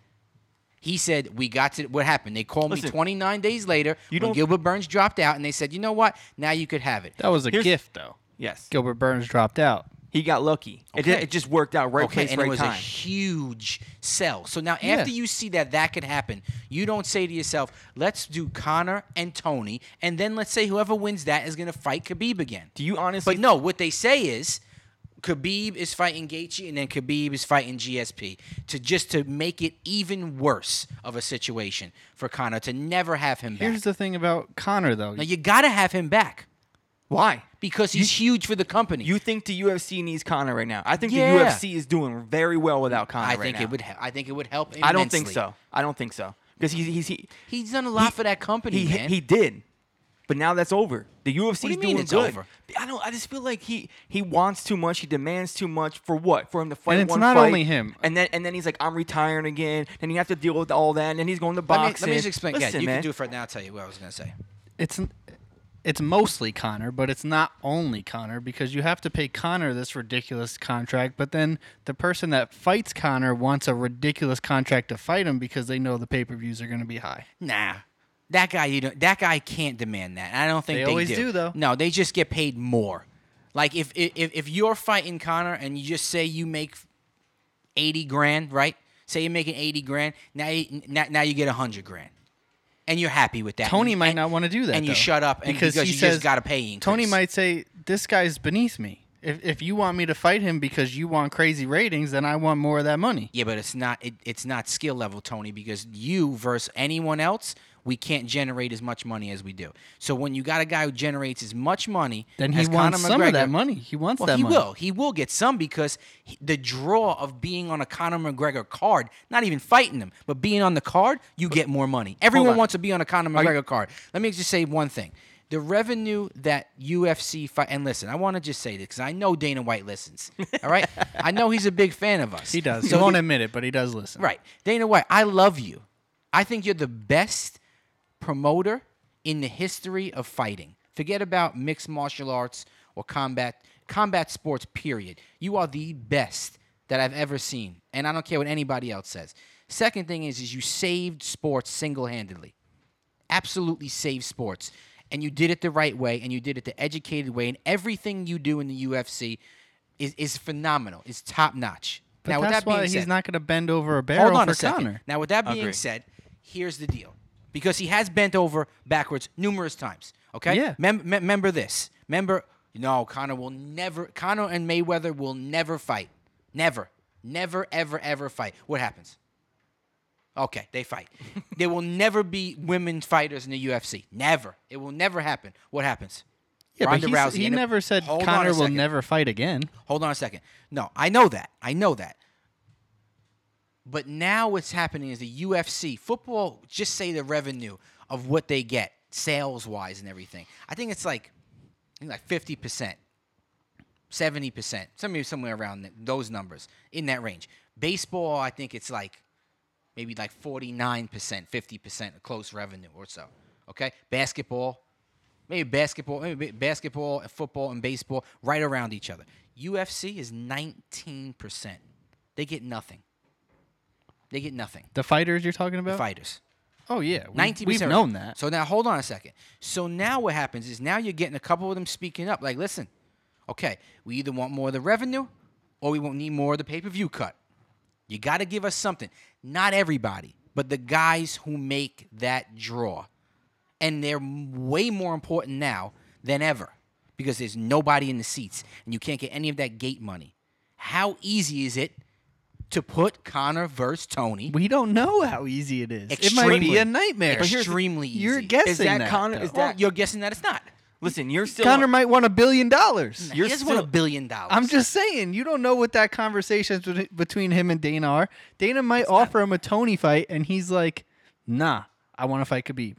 Speaker 1: He said we got to what happened. They called me
Speaker 2: Listen,
Speaker 1: 29 days later
Speaker 2: you
Speaker 1: when
Speaker 2: don't-
Speaker 1: Gilbert Burns dropped out, and they said, "You know what? Now you could have it."
Speaker 3: that was a
Speaker 2: Here's-
Speaker 3: gift though.
Speaker 2: yes,
Speaker 3: Gilbert Burns dropped out.
Speaker 2: he got lucky. It,
Speaker 1: Okay.
Speaker 2: did, it just worked out right
Speaker 1: Okay,
Speaker 2: place,
Speaker 1: and
Speaker 2: right
Speaker 1: it was a
Speaker 2: time.
Speaker 1: huge sell. So now,
Speaker 3: Yeah.
Speaker 1: after you see that that could happen, you don't say to yourself, "Let's do Connor and Tony," and then let's say whoever wins that is going to fight Khabib again.
Speaker 2: Do you honestly?
Speaker 1: But no, what they say is Khabib is fighting Gaethje, and then Khabib is fighting GSP to just to make it even worse of a situation for Connor to never have him back.
Speaker 3: Here's the thing about Connor though.
Speaker 1: now you got to have him back
Speaker 2: why?
Speaker 1: because he's huge for the company.
Speaker 2: You think the UFC needs Connor right now? I think
Speaker 1: Yeah.
Speaker 2: the UFC is doing very well without Connor
Speaker 1: I
Speaker 2: right
Speaker 1: think
Speaker 2: now.
Speaker 1: it would. he- I think it would help. Immensely.
Speaker 2: I don't think so. I don't think so because he's he's he
Speaker 1: He's done a lot for that company,
Speaker 2: he,
Speaker 1: man.
Speaker 2: he did, but now that's over. The UFC
Speaker 1: What do
Speaker 2: is
Speaker 1: you mean
Speaker 2: doing
Speaker 1: it's
Speaker 2: good.
Speaker 1: over?
Speaker 2: I don't. I just feel like he he wants too much. He demands too much for what? For him to fight
Speaker 3: And it's
Speaker 2: one
Speaker 3: not
Speaker 2: fight,
Speaker 3: only him.
Speaker 2: And then and then he's like, I'm retiring again. And you have to deal with all that. And then he's going to
Speaker 1: Let me,
Speaker 2: boxing.
Speaker 1: let me just explain.
Speaker 2: Listen,
Speaker 1: yeah, you
Speaker 2: man.
Speaker 1: can do it for now. I'll tell you what I was going to say.
Speaker 3: it's it's mostly Connor, but it's not only Connor because you have to pay Connor this ridiculous contract, but then the person that fights Connor wants a ridiculous contract to fight him because they know the pay-per-views are going to be high.
Speaker 1: Nah. That guy, you don't, that guy can't demand that. I don't think
Speaker 3: They
Speaker 1: they,
Speaker 3: always do, though.
Speaker 1: No, they just get paid more. Like if if if you're fighting Connor and you just say you make eighty grand, right? Say you're making eighty grand. Now you, now, now you get hundred grand, and you're happy with that.
Speaker 3: Tony
Speaker 1: And-
Speaker 3: might
Speaker 1: and-
Speaker 3: not want to do that.
Speaker 1: and you
Speaker 3: though,
Speaker 1: shut up and because,
Speaker 3: he
Speaker 1: you
Speaker 3: says,
Speaker 1: just got to pay. Increase.
Speaker 3: Tony might say this guy's beneath me. If if you want me to fight him because you want crazy ratings, then I want more of that money.
Speaker 1: Yeah, but it's not it, it's not skill level, Tony, because you versus anyone else, we can't generate as much money as we do. So when you got a guy who generates as much money,
Speaker 3: Then he
Speaker 1: as
Speaker 3: wants
Speaker 1: Conor
Speaker 3: some of that
Speaker 1: McGregor-
Speaker 3: money. He wants
Speaker 1: Well,
Speaker 3: that
Speaker 1: he
Speaker 3: money.
Speaker 1: will. He will get some because he, the draw of being on a Conor McGregor card, not even fighting him, but being on the card, you get more money. Everyone
Speaker 2: on.
Speaker 1: wants to be on a Conor
Speaker 2: you-
Speaker 1: McGregor card. Let me just say one thing. The revenue that UFC fight, and listen, I want to just say this because I know Dana White listens. All
Speaker 3: [laughs]
Speaker 1: right, I know he's a big fan of us.
Speaker 3: He does. he won't admit it, but he does listen.
Speaker 1: Right. Dana White, I love you. I think you're the best promoter in the history of fighting. Forget about mixed martial arts or combat combat sports period. You are the best that I've ever seen, and I don't care what anybody else says. Second thing is is you saved sports single-handedly absolutely save sports. And you did it the right way, and you did it the educated way, and everything you do in the UFC is, is phenomenal. It's top notch.
Speaker 3: But
Speaker 1: now, with that
Speaker 3: that's
Speaker 1: being
Speaker 3: why
Speaker 1: said,
Speaker 3: he's not going to bend over a barrel
Speaker 1: hold on
Speaker 3: for
Speaker 1: a second.
Speaker 3: Connor.
Speaker 1: Now, with that being
Speaker 2: Agree.
Speaker 1: said, here's the deal, because he has bent over backwards numerous times. Okay.
Speaker 3: Yeah.
Speaker 1: Mem- mem- remember this. Remember, no, Connor will never. Connor and Mayweather will never fight. Never, never, ever, ever fight. What happens? Okay, they
Speaker 3: [laughs]
Speaker 1: fight. there will never be women fighters in the UFC. Never. It will never happen. What happens?
Speaker 3: Yeah,
Speaker 1: Ronda
Speaker 3: but he's-
Speaker 1: Rousey
Speaker 3: he
Speaker 1: ended-
Speaker 3: never said
Speaker 1: Hold on a
Speaker 3: Connor will
Speaker 1: second.
Speaker 3: never fight again.
Speaker 1: Hold on a second. No, I know that. I know that. But now what's happening is the UFC, football, just say the revenue of what they get sales wise and everything. I think it's like I think like 50%, 70%, somewhere, somewhere around th- those numbers, in that range. Baseball, I think it's like maybe like 49%, 50% of close revenue or so. Okay? Basketball, Maybe basketball, maybe basketball, and football, and baseball right around each other. UFC is 19%. They get nothing. They get nothing.
Speaker 3: The fighters you're talking about?
Speaker 1: Fighters.
Speaker 3: Oh yeah, we,
Speaker 1: 19%.
Speaker 3: We've known that.
Speaker 1: So now hold on a second. So now what happens is now you're getting a couple of them speaking up like, listen, okay, we either want more of the revenue or we won't need more of the pay per view cut. You got to give us something. Not everybody, but the guys who make that draw. And they're m- way more important now than ever because there's nobody in the seats and you can't get any of that gate money. How easy is it to put Connor versus Tony?
Speaker 3: We don't know how easy it is. It might be
Speaker 1: Extremely.
Speaker 3: a nightmare.
Speaker 1: But here's the- Extremely easy.
Speaker 3: You're
Speaker 1: Is
Speaker 3: guessing
Speaker 2: Is that,
Speaker 3: that
Speaker 2: Connor?
Speaker 3: though.
Speaker 2: Is
Speaker 1: Well,
Speaker 2: that
Speaker 1: you're guessing that it's not.
Speaker 2: listen? You're still
Speaker 3: Connor might want a billion dollars.
Speaker 1: He
Speaker 2: You're
Speaker 1: doesn't want a
Speaker 2: still-
Speaker 1: billion dollars.
Speaker 3: I'm just saying, you don't know what that conversation between- between him and Dana are. Dana might offer him a Tony fight, and he's like, "Nah, I want to fight Khabib.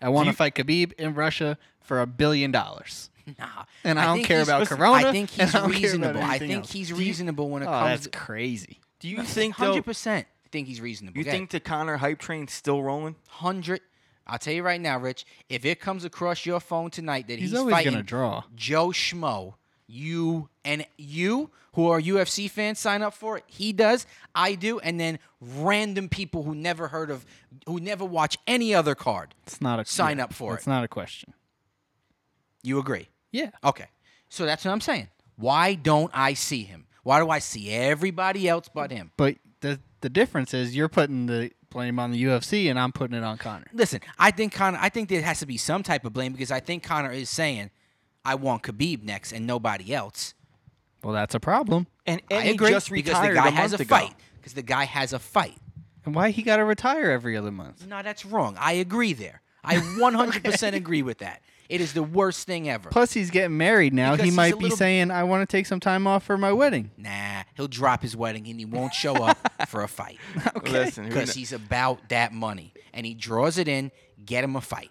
Speaker 3: I want to fight Khabib in Russia for a billion dollars."
Speaker 1: Nah.
Speaker 3: And I don't
Speaker 1: think
Speaker 3: care
Speaker 1: he's-
Speaker 3: about
Speaker 1: listen,
Speaker 3: Corona,
Speaker 1: I think he's
Speaker 3: and I don't care about
Speaker 1: reasonable. I
Speaker 3: anything
Speaker 1: think
Speaker 3: else.
Speaker 1: he's reasonable when it
Speaker 3: Oh,
Speaker 1: comes.
Speaker 3: that's crazy.
Speaker 2: Do you think though?
Speaker 1: Hundred percent. Think he's reasonable.
Speaker 2: You think the Connor hype train's still rolling?
Speaker 1: hundred? I'll tell you right now, Rich. If it comes across your phone tonight that
Speaker 3: He's
Speaker 1: he's,
Speaker 3: always gonna
Speaker 1: fighting
Speaker 3: draw.
Speaker 1: Joe Schmo, you and you who are UFC fans sign up for it. He does. I do. And then random people who never heard of, who never watch any other card,
Speaker 3: It's not a
Speaker 1: sign
Speaker 3: yeah,
Speaker 1: up for
Speaker 3: It's
Speaker 1: it.
Speaker 3: not a question.
Speaker 1: you agree?
Speaker 3: Yeah.
Speaker 1: Okay. So that's what I'm saying. Why don't I see him? Why do I see everybody else but him?
Speaker 3: But the the difference is you're putting the blame on the UFC, and I'm putting it on Connor.
Speaker 1: Listen, I think Connor. I think there has to be some type of blame because I think Connor is saying, "I want Khabib next and nobody else."
Speaker 3: Well, that's a problem.
Speaker 2: And, and
Speaker 1: I
Speaker 2: he
Speaker 1: agree
Speaker 2: just
Speaker 1: because the
Speaker 2: retired
Speaker 1: guy
Speaker 2: a
Speaker 1: has
Speaker 2: month
Speaker 1: a
Speaker 2: ago.
Speaker 1: fight. Because the guy has a fight.
Speaker 3: And why he got to retire every other month?
Speaker 1: No, that's wrong. I agree there. I
Speaker 2: [laughs]
Speaker 1: 100% agree with that. It is the worst thing ever.
Speaker 3: Plus, he's getting married now.
Speaker 1: Because
Speaker 3: he
Speaker 1: he's a
Speaker 3: might be
Speaker 1: little-
Speaker 3: saying, "I want to take some time off for my wedding."
Speaker 1: Nah, he'll drop his wedding and he won't show
Speaker 3: [laughs]
Speaker 1: up for a fight
Speaker 2: Listen, who
Speaker 1: because
Speaker 2: kn-
Speaker 1: he's about that money and he draws it in. Get him a fight.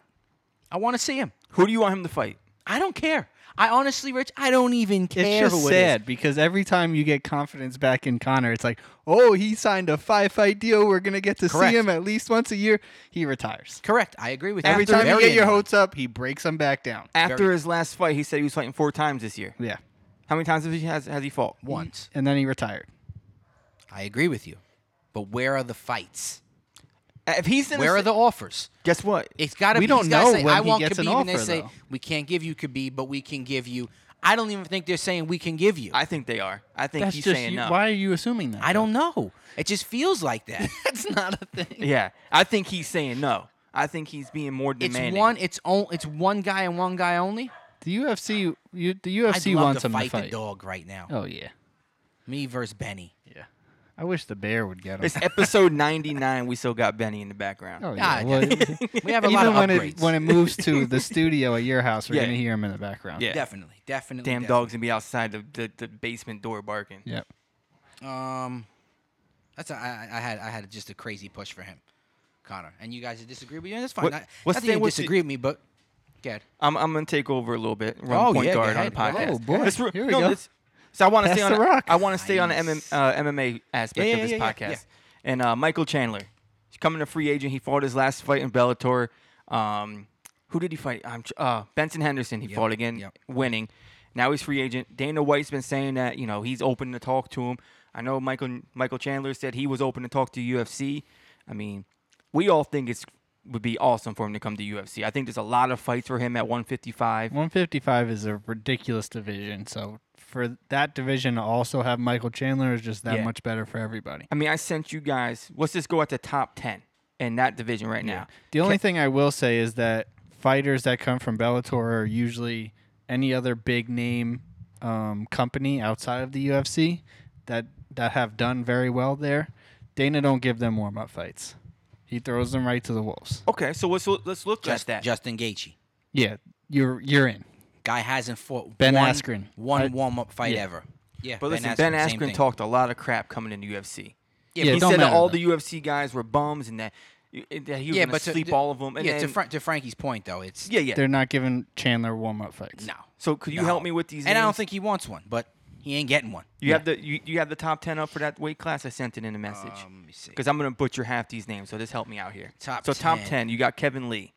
Speaker 1: I want to see him.
Speaker 2: who do you want him to fight?
Speaker 1: I don't care. I honestly, Rich, I don't even care.
Speaker 3: It's just
Speaker 1: who it is.
Speaker 3: sad because every time you get confidence back in Connor, it's like, "Oh, he signed a five-fight deal. We're gonna get to
Speaker 1: Correct.
Speaker 3: see him at least once a year." He retires.
Speaker 1: Correct. I agree with
Speaker 3: Every
Speaker 1: you.
Speaker 3: time you
Speaker 1: Very
Speaker 3: get your
Speaker 1: annoying.
Speaker 3: hopes up, he breaks them back down.
Speaker 2: After his last fight, he said he was fighting four times this year.
Speaker 3: Yeah,
Speaker 2: How many times has he, has, has he fought?
Speaker 1: once,
Speaker 3: and then he retired.
Speaker 1: I agree with you. But where are the fights?
Speaker 2: If he's in
Speaker 1: Where are the offers?
Speaker 2: guess what?
Speaker 1: It's got to
Speaker 3: We
Speaker 1: be.
Speaker 3: don't
Speaker 1: he's gotta
Speaker 3: know
Speaker 1: say,
Speaker 3: when
Speaker 1: I
Speaker 3: he
Speaker 1: want
Speaker 3: gets
Speaker 1: Khabib,
Speaker 3: an
Speaker 1: and they
Speaker 3: offer,
Speaker 1: say
Speaker 3: though.
Speaker 1: we can't give you Khabib, but we can give you. I don't even think they're saying we can give you. I,
Speaker 2: I think they are. I think
Speaker 3: That's
Speaker 2: he's
Speaker 3: just
Speaker 2: saying
Speaker 3: you,
Speaker 2: no.
Speaker 3: why are you assuming that?
Speaker 1: don't know. It just feels like that.
Speaker 3: That's [laughs] not a thing.
Speaker 2: Yeah, I think he's saying no. I think he's being more
Speaker 1: it's
Speaker 2: demanding.
Speaker 1: one. It's on, It's one guy and one guy only.
Speaker 3: The UFC, you, the
Speaker 1: I'd
Speaker 3: UFC
Speaker 1: love
Speaker 3: wants
Speaker 1: to
Speaker 3: him
Speaker 1: fight,
Speaker 3: to fight.
Speaker 1: the dog right now.
Speaker 3: Oh yeah,
Speaker 1: Me versus
Speaker 2: [laughs]
Speaker 1: Benny.
Speaker 3: yeah. I wish the bear would get him.
Speaker 2: It's episode 99. We still got Benny in the background.
Speaker 3: oh
Speaker 1: Ah,
Speaker 3: yeah. Well,
Speaker 1: We have a lot
Speaker 3: [laughs]
Speaker 1: of
Speaker 3: even when
Speaker 1: upgrades.
Speaker 3: it when it moves to the studio at your house, we're
Speaker 2: Yeah.
Speaker 3: gonna hear him in the background.
Speaker 2: Yeah.
Speaker 1: definitely, definitely.
Speaker 2: Damn
Speaker 1: definitely.
Speaker 2: dog's gonna be outside the, the, the basement door barking.
Speaker 3: Yep.
Speaker 1: Um, that's a, I, I I had I had just a crazy push for him, Connor. And you guys disagree with you. That's fine.
Speaker 2: What-
Speaker 1: not
Speaker 2: what's
Speaker 1: not that
Speaker 2: the-
Speaker 1: you
Speaker 2: what's the-
Speaker 1: disagree with me, but good.
Speaker 2: I'm, I'm gonna take over a little bit. Run
Speaker 1: Oh,
Speaker 2: point
Speaker 1: yeah, go
Speaker 2: guard on the
Speaker 1: ahead.
Speaker 2: podcast.
Speaker 1: Oh,
Speaker 3: boy.
Speaker 2: This-
Speaker 3: Here we
Speaker 2: no,
Speaker 3: go.
Speaker 2: this- so I want to
Speaker 3: Pass
Speaker 2: stay on.
Speaker 3: the rock.
Speaker 2: I want to stay on the MM,
Speaker 1: Nice.
Speaker 2: uh, MMA aspect
Speaker 1: Yeah,
Speaker 2: of
Speaker 1: yeah,
Speaker 2: this
Speaker 1: yeah, yeah,
Speaker 2: podcast.
Speaker 1: yeah.
Speaker 2: And uh, Michael Chandler, he's coming a free agent. He fought his last fight in Bellator. Um, who did he fight? Um, Ch- uh, Benson Henderson. He fought again,
Speaker 1: yep.
Speaker 2: winning. Now he's free agent. Dana White's been saying that you know he's open to talk to him. I know Michael Michael Chandler said he was open to talk to UFC. I mean, we all think it's would be awesome for him to come to UFC. I think there's a lot of fights for him at 155.
Speaker 3: 155 is a ridiculous division. So for that division to also have Michael Chandler is just that
Speaker 2: Yeah.
Speaker 3: much better for everybody.
Speaker 2: I mean, I sent you guys. Let's just go at the top ten in that division right now.
Speaker 3: The only thing I will say is that fighters that come from Bellator are usually any other big name um, company outside of the UFC that that have done very well there. Dana don't give them warm up fights. He throws them right to the wolves.
Speaker 2: Okay, so let's lo- let's look
Speaker 1: Just,
Speaker 2: at that.
Speaker 1: Justin Gaethje.
Speaker 3: Yeah, you're you're in.
Speaker 1: Guy hasn't fought
Speaker 3: Ben
Speaker 1: one,
Speaker 3: Askren.
Speaker 1: one
Speaker 3: I-
Speaker 1: warm up fight
Speaker 3: yeah.
Speaker 1: ever. Yeah,
Speaker 2: but listen, Ben
Speaker 1: Ben same
Speaker 2: Askren
Speaker 1: thing.
Speaker 2: talked a lot of crap coming into UFC.
Speaker 1: Yeah, but
Speaker 3: Yeah,
Speaker 2: he
Speaker 3: it don't
Speaker 2: said that
Speaker 3: matter,
Speaker 2: all
Speaker 3: though.
Speaker 2: the UFC guys were bums and that, that he was
Speaker 1: yeah,
Speaker 2: gonna
Speaker 1: but to,
Speaker 2: sleep
Speaker 1: to-
Speaker 2: all of them. And
Speaker 1: yeah, to,
Speaker 2: then-
Speaker 1: Frank, to Frankie's point though, it's
Speaker 2: yeah, yeah.
Speaker 3: They're not giving Chandler warm up fights.
Speaker 1: no.
Speaker 2: So could you
Speaker 1: no.
Speaker 2: help me with these?
Speaker 1: And I don't
Speaker 2: names?
Speaker 1: think he wants one, but he ain't getting one.
Speaker 2: you have the you, you have the top ten up for that weight class. I sent it in a message
Speaker 1: Um, let me see.
Speaker 2: because I'm gonna butcher half these names. So just help me out here.
Speaker 1: Top
Speaker 2: so top
Speaker 1: 10.
Speaker 2: ten, you got Kevin Lee.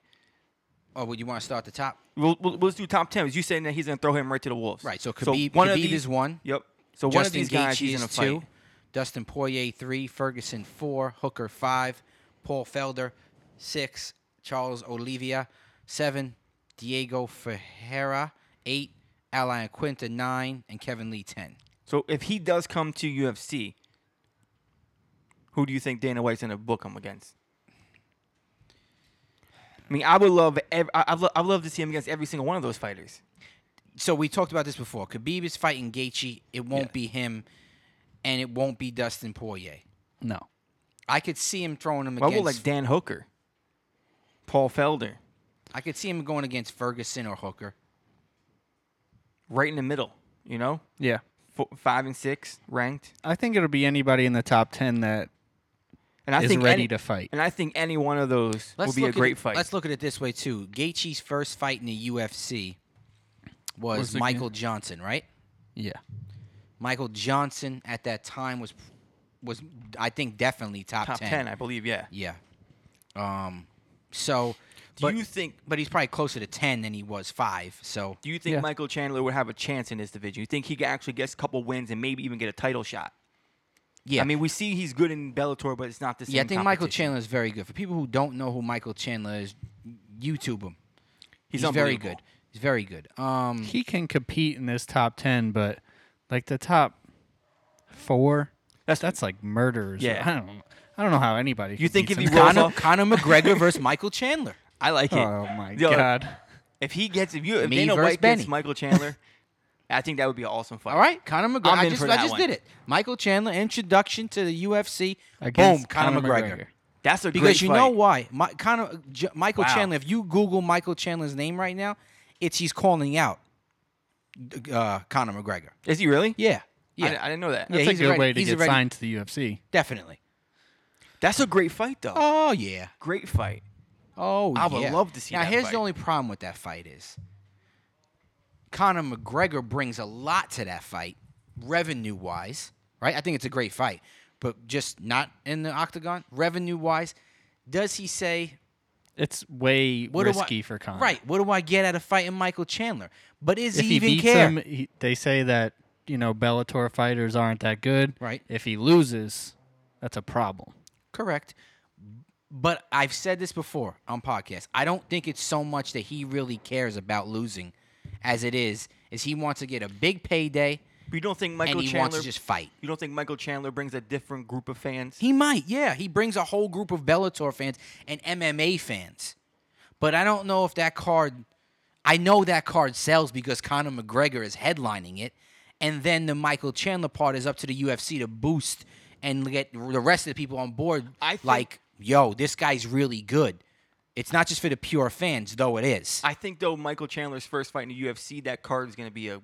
Speaker 1: Oh, would you want to start at the top?
Speaker 2: We'll, we'll, let's do top ten. As you saying that he's gonna throw him right to the wolves.
Speaker 1: Right, so
Speaker 2: could be
Speaker 1: Khabib- Khabib is one.
Speaker 2: Yep. So one of
Speaker 1: Justin
Speaker 2: these guys
Speaker 1: Gaethje
Speaker 2: he's
Speaker 1: is
Speaker 2: gonna fight.
Speaker 1: two, Dustin Poirier three, Ferguson four, Hooker five, Paul Felder six, Charles Olivia seven, Diego Ferreira eight, Alain Quinta nine, and Kevin Lee ten.
Speaker 2: So if he does come to UFC, who do you think Dana White's gonna book him against? I mean, I would love, ev- I, I'd, lo- I'd love to see him against every single one of those fighters.
Speaker 1: So we talked about this before. Khabib is fighting Gaethje. It won't be him, and it won't be Dustin Poirier.
Speaker 3: No.
Speaker 1: I could see him throwing him
Speaker 2: Well, I
Speaker 1: against.
Speaker 2: would like Dan Hooker, Paul Felder,
Speaker 1: I could see him going against Ferguson or Hooker.
Speaker 2: right in the middle. You know,
Speaker 3: Yeah.
Speaker 2: F- five and six ranked,
Speaker 3: I think it'll be anybody in the top 10 that
Speaker 2: and I
Speaker 3: is
Speaker 2: think
Speaker 3: ready
Speaker 2: any-
Speaker 3: to fight.
Speaker 2: And I think any one of those will be a
Speaker 1: look at
Speaker 2: great
Speaker 1: it-
Speaker 2: fight.
Speaker 1: Let's look at it this way too. Gaethje's first fight in the UFC was
Speaker 3: Was against-
Speaker 1: Michael Johnson, right?
Speaker 3: Yeah.
Speaker 1: Michael Johnson at that time was was I think definitely top,
Speaker 2: top 10. I believe, yeah.
Speaker 1: Yeah. Um. So,
Speaker 2: Do
Speaker 1: but
Speaker 2: you think
Speaker 1: but he's probably closer to ten than he was five. So
Speaker 2: do you think
Speaker 3: Yeah.
Speaker 2: Michael Chandler would have a chance in this division? You think he could actually get a couple wins and maybe even get a title shot?
Speaker 1: yeah,
Speaker 2: I mean, we see he's good in Bellator, but it's not the same.
Speaker 1: yeah. I think Michael
Speaker 2: competition.
Speaker 1: Chandler is very good. For people who don't know who Michael Chandler is, YouTube him. He's, very
Speaker 2: unbelievable.
Speaker 1: good. He's very good. Um.
Speaker 3: He can compete in this top 10, but like the top 4,
Speaker 2: That's-
Speaker 3: that's that's like murderers.
Speaker 2: Yeah.
Speaker 3: I don't I don't know how anybody
Speaker 2: You
Speaker 3: could
Speaker 2: think
Speaker 3: beat
Speaker 2: if he
Speaker 3: some-
Speaker 2: rolls
Speaker 1: Conor,
Speaker 2: off,
Speaker 1: Conor McGregor versus Michael Chandler.
Speaker 2: I like it.
Speaker 3: [laughs] Oh my
Speaker 2: Yo,
Speaker 3: god.
Speaker 2: If he gets, if you, if
Speaker 1: Me
Speaker 2: Dana
Speaker 1: versus
Speaker 2: White gets
Speaker 1: Benny.
Speaker 2: Michael Chandler, [laughs] I think that would be an awesome fight.
Speaker 1: All right, Conor McGregor.
Speaker 2: I'm
Speaker 1: I
Speaker 2: in
Speaker 1: just,
Speaker 2: for
Speaker 1: I
Speaker 2: that
Speaker 1: just
Speaker 2: one.
Speaker 1: did it. Michael Chandler introduction to the UFC. Boom,
Speaker 3: Against
Speaker 1: Conor,
Speaker 3: Conor
Speaker 1: McGregor.
Speaker 3: McGregor.
Speaker 2: that's a
Speaker 1: Because
Speaker 2: great
Speaker 1: you
Speaker 2: fight.
Speaker 1: know why? My, Conor, J- Michael
Speaker 2: Wow.
Speaker 1: Chandler. If you Google Michael Chandler's name right now, it's he's calling out uh, Conor McGregor.
Speaker 2: Is he really?
Speaker 1: Yeah, yeah,
Speaker 2: I, di- I didn't know that.
Speaker 1: Yeah.
Speaker 3: That's a
Speaker 1: he's
Speaker 3: good
Speaker 1: already-
Speaker 3: way to
Speaker 1: he's
Speaker 3: get
Speaker 1: already-
Speaker 3: signed to the UFC.
Speaker 1: definitely.
Speaker 2: That's a great fight, though.
Speaker 1: Oh yeah,
Speaker 2: great fight.
Speaker 1: oh
Speaker 2: I would
Speaker 1: yeah.
Speaker 2: love to see
Speaker 1: Now
Speaker 2: that
Speaker 1: here's
Speaker 2: fight.
Speaker 1: the only problem with that fight is Conor McGregor brings a lot to that fight, revenue wise, right? I think it's a great fight, but just not in the octagon, revenue wise. Does he say
Speaker 3: It's way
Speaker 1: what do I-
Speaker 3: risky for Conor.
Speaker 1: Right. What do I get out of fighting Michael Chandler? But is
Speaker 3: If
Speaker 1: he,
Speaker 3: he,
Speaker 1: even
Speaker 3: beats
Speaker 1: care?
Speaker 3: him, he, they say that you know Bellator fighters aren't that good.
Speaker 1: Right.
Speaker 3: If he loses, that's a problem.
Speaker 1: Correct. But I've said this before on podcasts. I don't think it's so much that he really cares about losing as it is is he wants to get a big payday
Speaker 2: You don't think Michael
Speaker 1: and he
Speaker 2: Chandler?
Speaker 1: wants to just fight.
Speaker 2: you don't think Michael Chandler brings a different group of fans?
Speaker 1: He might, yeah. He brings a whole group of Bellator fans and MMA fans. But I don't know if that card I know that card sells because Conor McGregor is headlining it. And then the Michael Chandler part is up to the UFC to boost and get the rest of the people on board
Speaker 2: I think-
Speaker 1: like, yo, this guy's really good. It's not just for the pure fans, though it is.
Speaker 2: I think though Michael Chandler's first fight in the UFC, that card is going to be a.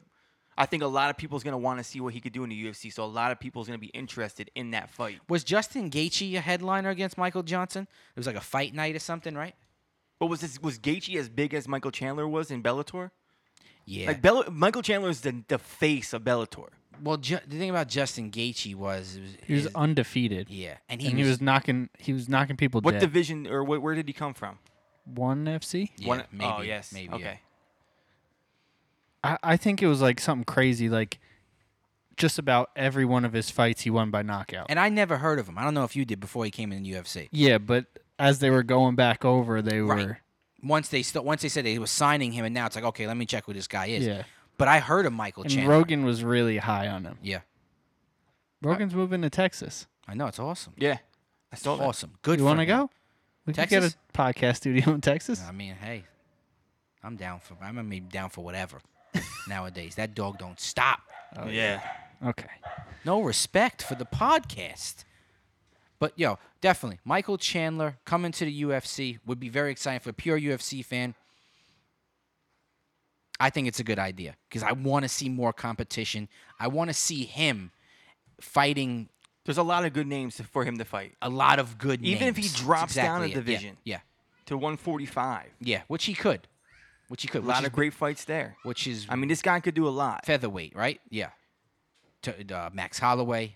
Speaker 2: I think a lot of people's going to want to see what he could do in the UFC, so a lot of people's going to be interested in that fight.
Speaker 1: was Justin Gaethje a headliner against Michael Johnson? It was like a fight night or something, right?
Speaker 2: But was this was Gaethje as big as Michael Chandler was in Bellator?
Speaker 1: Yeah.
Speaker 2: Like Bella, Michael Chandler is the, the face of Bellator.
Speaker 1: well, ju- the thing about Justin Gaethje was, it was,
Speaker 3: He was
Speaker 1: his-
Speaker 3: undefeated.
Speaker 1: yeah, and he
Speaker 3: And he
Speaker 1: was,
Speaker 3: was knocking. He was knocking people
Speaker 2: What
Speaker 3: dead.
Speaker 2: division or wh- where did he come from?
Speaker 3: One FC.
Speaker 1: yeah,
Speaker 2: One-
Speaker 1: maybe,
Speaker 2: oh yes,
Speaker 1: maybe, yeah.
Speaker 2: okay.
Speaker 3: I, I think it was like something crazy. Like just about every one of his fights, he won by knockout.
Speaker 1: And I never heard of him. I don't know if you did before he came in the UFC.
Speaker 3: yeah, but as they were going back over, they were.
Speaker 1: Right. Once they st- once they said they were signing him, and now it's like, okay, let me check who this guy is.
Speaker 3: Yeah.
Speaker 1: But I heard of Michael
Speaker 3: And
Speaker 1: Chandler.
Speaker 3: Rogan was really high on him.
Speaker 1: yeah,
Speaker 3: Rogan's moving to Texas.
Speaker 1: I know it's awesome.
Speaker 2: Yeah, I saw that.
Speaker 1: Awesome. Good.
Speaker 3: You
Speaker 1: want
Speaker 3: want to go? We could get a
Speaker 1: Texas?
Speaker 3: podcast studio in Texas.
Speaker 1: I mean, hey, I'm down for. I'm gonna be down for whatever. nowadays, that dog don't stop.
Speaker 2: Oh, yeah.
Speaker 3: Okay.
Speaker 1: No respect for the podcast. But yo, definitely Michael Chandler coming to the UFC would be very exciting for a pure UFC fan. I think it's a good idea because I want to see more competition. I want to see him fighting
Speaker 2: There's a lot of good names for him to fight
Speaker 1: a lot of good
Speaker 2: Even if he
Speaker 1: names. That's
Speaker 2: drops down a
Speaker 1: exactly it. Yeah,
Speaker 2: division.
Speaker 1: Yeah,
Speaker 2: to 145.
Speaker 1: yeah, which he could, which he could.
Speaker 2: A
Speaker 1: which
Speaker 2: lot
Speaker 1: is,
Speaker 2: of great fights there.
Speaker 1: which is
Speaker 2: I mean, this guy could do a lot.
Speaker 1: featherweight, right? Yeah. To, uh, Max Holloway,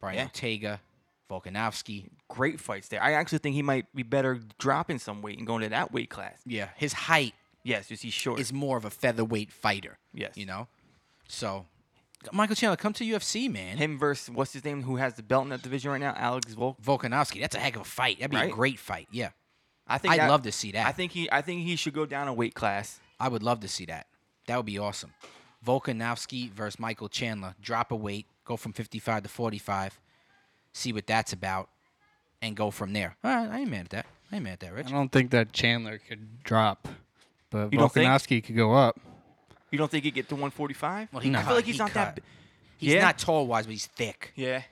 Speaker 1: Brian
Speaker 2: Yeah.
Speaker 1: Ortega, Volkanovski.
Speaker 2: Great fights there. I actually think he might be better dropping some weight and going to that weight class.
Speaker 1: Yeah, his height
Speaker 2: Yes, just he's short.
Speaker 1: is more of a featherweight fighter.
Speaker 2: Yes.
Speaker 1: you know. So, Michael Chandler, come to UFC, man.
Speaker 2: Him versus what's his name, who has the belt in that division right now, Alex Volk.
Speaker 1: Volkanovski, that's a heck of a fight. That'd be
Speaker 2: Right?
Speaker 1: a great fight. Yeah,
Speaker 2: I think
Speaker 1: I'd
Speaker 2: that-
Speaker 1: love to see that.
Speaker 2: I think he, I think he should go down a weight class.
Speaker 1: I would love to see that. That would be awesome. Volkanovski versus Michael Chandler. Drop a weight, go from 55 to 45, see what that's about, and go from there. All right, I ain't mad at that. I ain't mad at that, Rich.
Speaker 3: I don't think that Chandler could drop, but
Speaker 2: You don't think?
Speaker 3: Volkanovski could go up.
Speaker 2: You don't think he'd get to 145?
Speaker 1: Well, he
Speaker 2: I
Speaker 1: cut,
Speaker 2: feel like he's
Speaker 1: he
Speaker 2: not
Speaker 1: cut.
Speaker 2: that. bi-
Speaker 1: He's
Speaker 2: Yeah.
Speaker 1: not tall wise, but he's thick.
Speaker 2: Yeah,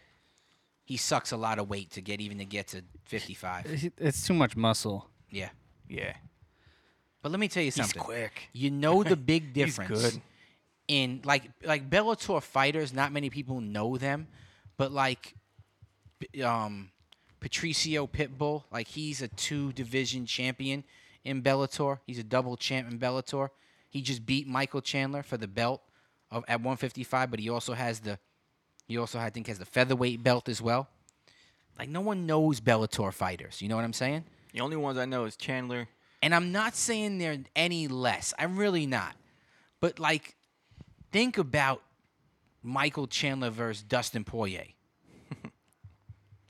Speaker 1: He sucks a lot of weight to get even to get to
Speaker 2: Uh,
Speaker 1: 55.
Speaker 3: He- It's too much muscle.
Speaker 1: Yeah.
Speaker 2: yeah.
Speaker 1: But let me tell you
Speaker 2: He's
Speaker 1: something.
Speaker 2: quick.
Speaker 1: You know the big
Speaker 2: [laughs] He's
Speaker 1: difference
Speaker 2: good.
Speaker 1: in like like Bellator fighters. Not many people know them, but like p- um, Patricio Pitbull, like he's a two division champion in Bellator. He's a double champ in Bellator. He just beat Michael Chandler for the belt of at 155, but he also has the he also I think has the featherweight belt as well. Like no one knows Bellator fighters. You know what I'm saying?
Speaker 2: The only ones I know is Chandler.
Speaker 1: And I'm not saying they're any less. I'm really not. But like, think about Michael Chandler versus Dustin Poirier. [laughs]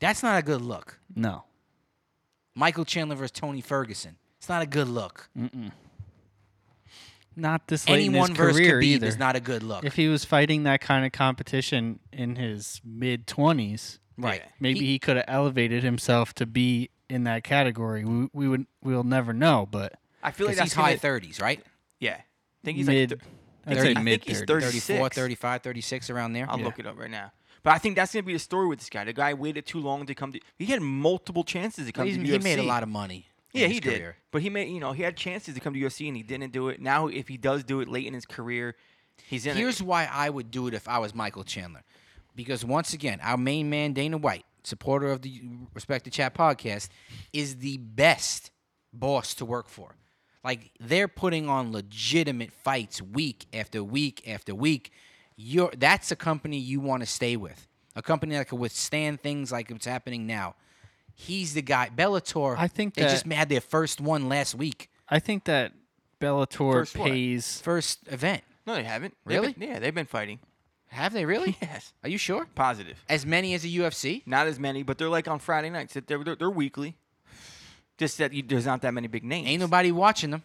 Speaker 1: That's not a good look.
Speaker 3: No.
Speaker 1: Michael Chandler versus Tony Ferguson. It's not a good look.
Speaker 3: Not this late Mm. in
Speaker 1: Anyone
Speaker 3: his
Speaker 1: versus
Speaker 3: career
Speaker 1: Khabib
Speaker 3: either.
Speaker 1: is not a good look.
Speaker 3: if he was fighting that kind of competition in his mid 20s,
Speaker 1: right.
Speaker 2: Yeah.
Speaker 3: maybe he,
Speaker 1: He-
Speaker 3: could have elevated himself to be in that category. We, we would we'll never know, but
Speaker 2: I feel like
Speaker 1: 'cause
Speaker 2: that's
Speaker 1: he's high
Speaker 2: gonna-
Speaker 1: 30s, right?
Speaker 2: Yeah, I think he's
Speaker 3: mid
Speaker 2: like. Th-
Speaker 3: I'd
Speaker 2: thirty-
Speaker 3: say
Speaker 2: I
Speaker 3: mid
Speaker 2: think he's
Speaker 3: 30s.
Speaker 2: 36.
Speaker 1: 34, 35, 36, around there.
Speaker 2: I'll
Speaker 1: Yeah.
Speaker 2: look it up right now. But I think that's gonna be the story with this guy. The guy waited too long to come to. He had multiple chances to come
Speaker 1: He's-
Speaker 2: to
Speaker 1: he
Speaker 2: UFC.
Speaker 1: made a lot of money. in
Speaker 2: Yeah,
Speaker 1: his
Speaker 2: he did.
Speaker 1: career.
Speaker 2: But he made, you know, he had chances to come to UFC and he didn't do it. Now, if he does do it late in his career, he's in.
Speaker 1: Here's
Speaker 2: a,
Speaker 1: why I would do it if I was Michael Chandler. Because once again, our main man, Dana White, supporter of the Respect the Chat podcast, is the best boss to work for. Like, they're putting on legitimate fights week after week after week. You're, that's a company you want to stay with, a company that can withstand things like it's happening now. He's the guy. Bellator,
Speaker 3: I think
Speaker 1: they
Speaker 3: that-
Speaker 1: just had their first one last week,
Speaker 3: I think that Bellator
Speaker 2: First what?
Speaker 3: pays
Speaker 1: first event.
Speaker 2: no, they haven't. They've
Speaker 1: Really?
Speaker 2: been- yeah, they've been fighting.
Speaker 1: Have they really?
Speaker 2: Yes.
Speaker 1: [laughs] Are you sure?
Speaker 2: Positive.
Speaker 1: As many as the UFC?
Speaker 2: Not as many, but they're like on Friday nights. They're, they're, they're weekly. Just that you, there's not that many big names.
Speaker 1: Ain't nobody watching them.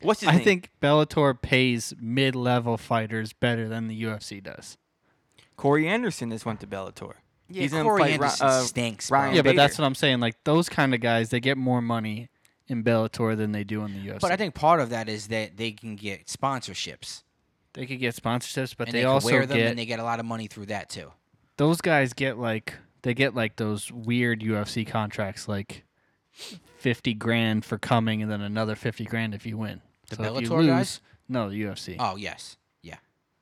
Speaker 2: What's his
Speaker 3: I
Speaker 2: name?
Speaker 3: think Bellator pays mid-level fighters better than the UFC does.
Speaker 2: Corey Anderson just went to Bellator.
Speaker 1: Yeah,
Speaker 2: he's gonna
Speaker 1: Corey
Speaker 2: fight Ri-
Speaker 1: Anderson
Speaker 2: uh,
Speaker 1: stinks, bro.
Speaker 2: Ryan
Speaker 3: Yeah, but
Speaker 2: Bader.
Speaker 3: that's what I'm saying. Like those kind of guys, they get more money in Bellator than they do in the UFC.
Speaker 1: But I think part of that is that they can get sponsorships.
Speaker 3: they could get sponsorships, but
Speaker 1: and
Speaker 3: they,
Speaker 1: they, can
Speaker 3: also
Speaker 1: wear them
Speaker 3: get
Speaker 1: and they get a lot of money through that too.
Speaker 3: those guys get like they get like those weird UFC contracts, like fifty grand for coming, and then another fifty grand if you win.
Speaker 1: The
Speaker 3: if you
Speaker 1: Bellator guys?
Speaker 3: lose- No, the UFC.
Speaker 1: Oh yes. Yeah.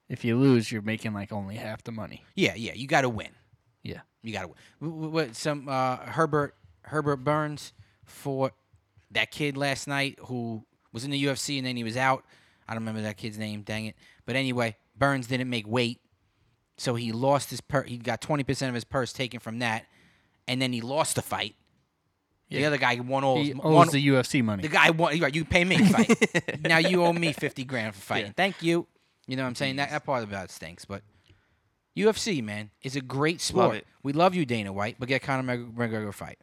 Speaker 3: If you lose, you're making like only half the money.
Speaker 1: Yeah, yeah. You gotta win.
Speaker 3: Yeah.
Speaker 1: You gotta win. W- w- What some uh, Herbert Herbert Burns for that kid last night who was in the UFC and then he was out. I don't remember that kid's name, dang it. But anyway, Burns didn't make weight. So he lost his per he got twenty percent of his purse taken from that and then he lost the fight. The
Speaker 3: Yeah.
Speaker 1: other guy won all
Speaker 3: He
Speaker 1: his,
Speaker 3: owes
Speaker 1: won-
Speaker 3: the UFC money.
Speaker 1: The guy won. Right, you pay me to
Speaker 3: [laughs]
Speaker 1: fight. now you owe me fifty grand for fighting. Thank you. You know what I'm saying? That, that part about it stinks, but UFC man is a great sport.
Speaker 2: it.
Speaker 1: We love you, Dana White, but get Conor McG- McGregor a fight.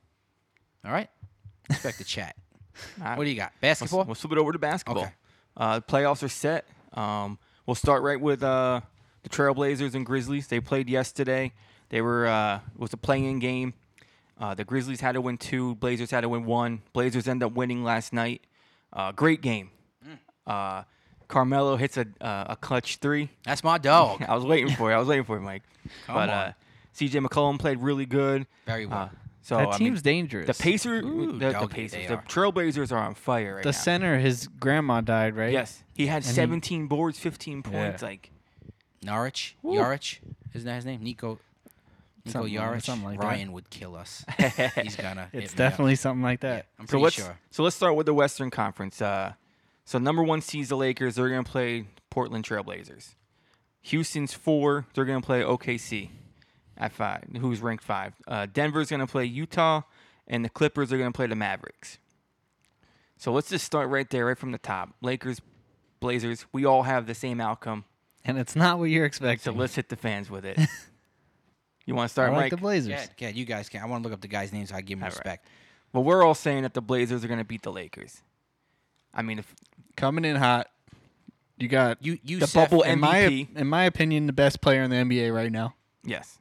Speaker 1: All right. Respect the
Speaker 3: [laughs]
Speaker 1: chat.
Speaker 2: I-
Speaker 1: What do you got?
Speaker 2: Let's-
Speaker 1: Basketball.
Speaker 2: We'll flip it over to basketball.
Speaker 1: Okay.
Speaker 2: Uh, the playoffs are set. Um, we'll start right with uh, the Trailblazers and Grizzlies. They played yesterday. They were uh, it was a playing game. Uh, the Grizzlies had to win two. Blazers had to win one. Blazers end up winning last night. Uh, great game.
Speaker 1: Mm.
Speaker 2: Uh, Carmelo hits a uh, a clutch three.
Speaker 1: That's my dog.
Speaker 2: [laughs] I was waiting for you. I was waiting for you, Mike.
Speaker 1: Come
Speaker 2: but
Speaker 1: on.
Speaker 2: uh, CJ McCollum played really good.
Speaker 1: Very well.
Speaker 2: Uh, so I
Speaker 3: that
Speaker 2: mean,
Speaker 3: team's dangerous.
Speaker 2: the Pacers,
Speaker 1: Ooh,
Speaker 2: the, the
Speaker 1: doggy
Speaker 2: Pacers,
Speaker 1: they
Speaker 2: the
Speaker 1: are.
Speaker 2: Trailblazers are on fire right
Speaker 3: The
Speaker 2: now.
Speaker 3: center, his grandma died, right?
Speaker 2: Yes, he had
Speaker 3: And he-
Speaker 2: 17 boards, 15 points.
Speaker 3: Yeah.
Speaker 2: Like,
Speaker 1: Norwich.
Speaker 2: Woo.
Speaker 1: Yarich. Isn't that his name? Nico. Nico
Speaker 3: Something-
Speaker 1: Yarich.
Speaker 3: something like that.
Speaker 1: Ryan would kill us. He's gonna. hit me
Speaker 3: [laughs] It's
Speaker 1: up.
Speaker 3: definitely something like
Speaker 1: Yeah,
Speaker 3: that.
Speaker 1: I'm
Speaker 2: so
Speaker 1: pretty
Speaker 2: let's
Speaker 1: sure.
Speaker 2: so let's start with the Western Conference. Uh, so number one seeds the Lakers. They're gonna play Portland Trailblazers. Houston's four. They're gonna play OKC. at five. Who's ranked five? Uh, Denver's going to play Utah, and the Clippers are going to play the Mavericks. So let's just start right there, right from the top. Lakers, Blazers. We all have the same outcome.
Speaker 5: And it's not what you're
Speaker 2: So
Speaker 5: expecting.
Speaker 2: let's hit the fans with [laughs] it. you want to
Speaker 5: I
Speaker 2: start,
Speaker 5: like
Speaker 2: Mike?
Speaker 5: the Blazers.
Speaker 1: Yeah, yeah, you guys can. I want to look up the guy's name so I give him
Speaker 2: All right.
Speaker 1: respect.
Speaker 2: well, we're all saying that the Blazers are going to beat the Lakers. I mean, if
Speaker 3: Coming in hot. You got
Speaker 1: You, you,
Speaker 2: the bubble
Speaker 3: in
Speaker 2: MVP,
Speaker 3: my in my opinion the best player in the NBA right now.
Speaker 2: yes.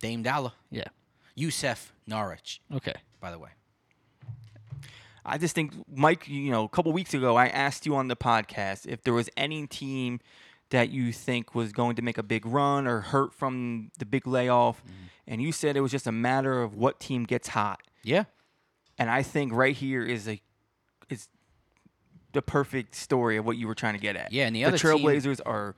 Speaker 1: Dame Dollar,
Speaker 5: Yeah.
Speaker 1: Youssef Norwich,
Speaker 5: Okay.
Speaker 1: by the way.
Speaker 2: I just think, Mike, you know, a couple weeks ago, I asked you on the podcast if there was any team that you think was going to make a big run or hurt from the big layoff.
Speaker 1: Mm-hmm.
Speaker 2: And you said it was just a matter of what team gets hot.
Speaker 1: Yeah,
Speaker 2: And I think right here is a is the perfect story of what you were trying to get at.
Speaker 1: Yeah, and the other team-
Speaker 2: Trailblazers are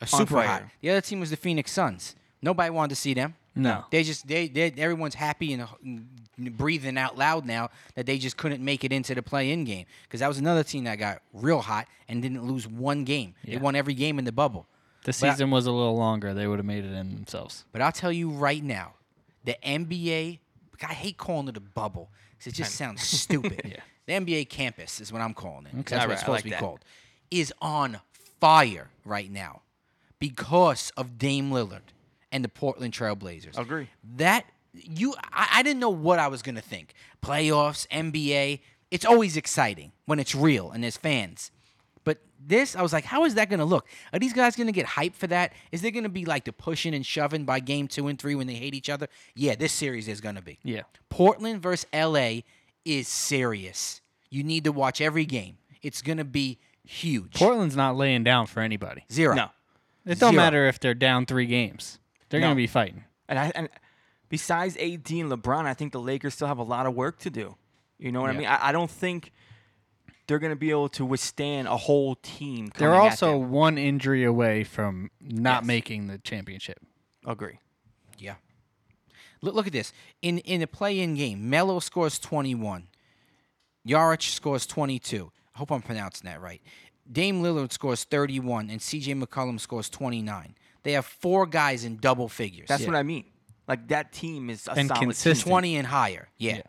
Speaker 1: a super
Speaker 2: fire.
Speaker 1: hot. The other team was the Phoenix Suns. Nobody wanted to see them.
Speaker 5: No.
Speaker 1: They just they, they everyone's happy and uh, n- breathing out loud now that they just couldn't make it into the play-in game because that was another team that got real hot and didn't lose one game. They
Speaker 5: Yeah.
Speaker 1: won every game in the bubble.
Speaker 5: The
Speaker 1: I-
Speaker 5: season was a little longer. They would have made it in themselves.
Speaker 1: But I'll tell you right now, the NBA. I hate calling it a bubble 'cause it just sounds
Speaker 2: [laughs]
Speaker 1: stupid. The NBA campus is what I'm calling it. 'cause That's what
Speaker 2: Alright, I
Speaker 1: it's supposed
Speaker 2: like
Speaker 1: to be
Speaker 2: that.
Speaker 1: called. Is on fire right now because of Dame Lillard and the Portland Trailblazers.
Speaker 2: Agree.
Speaker 1: That you, I, I didn't know what I was gonna think. Playoffs, NBA. It's always exciting when it's real and there's fans. But this, I was like, how is that going to look? Are these guys going to get hyped for that? Is there going to be like the pushing and shoving by game two and three when they hate each other? Yeah, this series is going to be.
Speaker 5: Yeah.
Speaker 1: Portland versus LA is serious. You need to watch every game. It's going to be huge.
Speaker 5: Portland's not laying down for anybody.
Speaker 1: Zero.
Speaker 2: no.
Speaker 5: It don't
Speaker 1: Zero.
Speaker 5: matter if they're down three games. They're
Speaker 2: No. Oh
Speaker 5: gonna be fighting.
Speaker 2: And I and besides AD and LeBron, I think the Lakers still have a lot of work to do. You know what I
Speaker 5: Yeah.
Speaker 2: mean? I, I don't think they're going to be able to withstand a whole team.
Speaker 3: They're
Speaker 2: coming at
Speaker 3: also
Speaker 2: them.
Speaker 3: one injury away from not
Speaker 2: Yes.
Speaker 3: making the championship.
Speaker 2: agree.
Speaker 1: Yeah. Look, look at this. In in the play-in game, Melo scores 21. Yarich scores 22. I hope I'm pronouncing that right. Dame Lillard scores 31 and CJ McCollum scores 29. They have four guys in double figures.
Speaker 2: That's what I mean. Like that team is a
Speaker 5: And
Speaker 2: solid
Speaker 5: consistent.
Speaker 2: Team.
Speaker 1: 20 and higher. Yeah.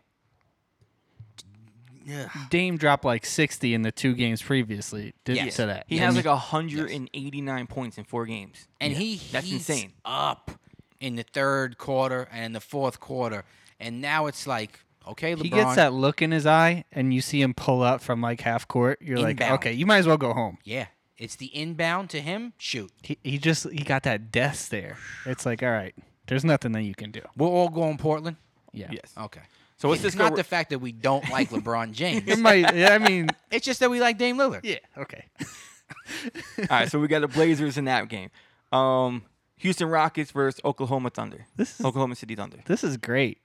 Speaker 5: Dame dropped like sixty in the two games previously did
Speaker 1: Yes.
Speaker 5: to that.
Speaker 2: He
Speaker 5: And
Speaker 2: has like 189 points in four games.
Speaker 1: And he
Speaker 2: That's
Speaker 1: heats
Speaker 2: insane.
Speaker 1: up in the third quarter and the fourth quarter. And now it's like, okay, LeBron.
Speaker 3: He gets that look in his eye, and you see him pull up from like half court. You're like,
Speaker 1: Inbound.
Speaker 3: okay, you might as well go home.
Speaker 1: Yeah. It's the inbound to him. Shoot.
Speaker 3: He, he just he got that death stare. It's like, all right, there's nothing that you can do.
Speaker 1: We're all going Portland.
Speaker 5: yeah.
Speaker 2: Yes.
Speaker 1: Okay.
Speaker 2: Oh. So let's
Speaker 1: It's,
Speaker 2: just go.
Speaker 1: not the fact that we don't like
Speaker 3: [laughs]
Speaker 1: LeBron
Speaker 3: It
Speaker 1: James.
Speaker 3: might. I mean,
Speaker 1: it's just that we like Dame Lillard.
Speaker 3: yeah, okay.
Speaker 2: all right. So we got the Blazers in that game. Um, Houston Rockets versus Oklahoma Thunder.
Speaker 3: This is-
Speaker 2: Oklahoma City Thunder.
Speaker 3: This is great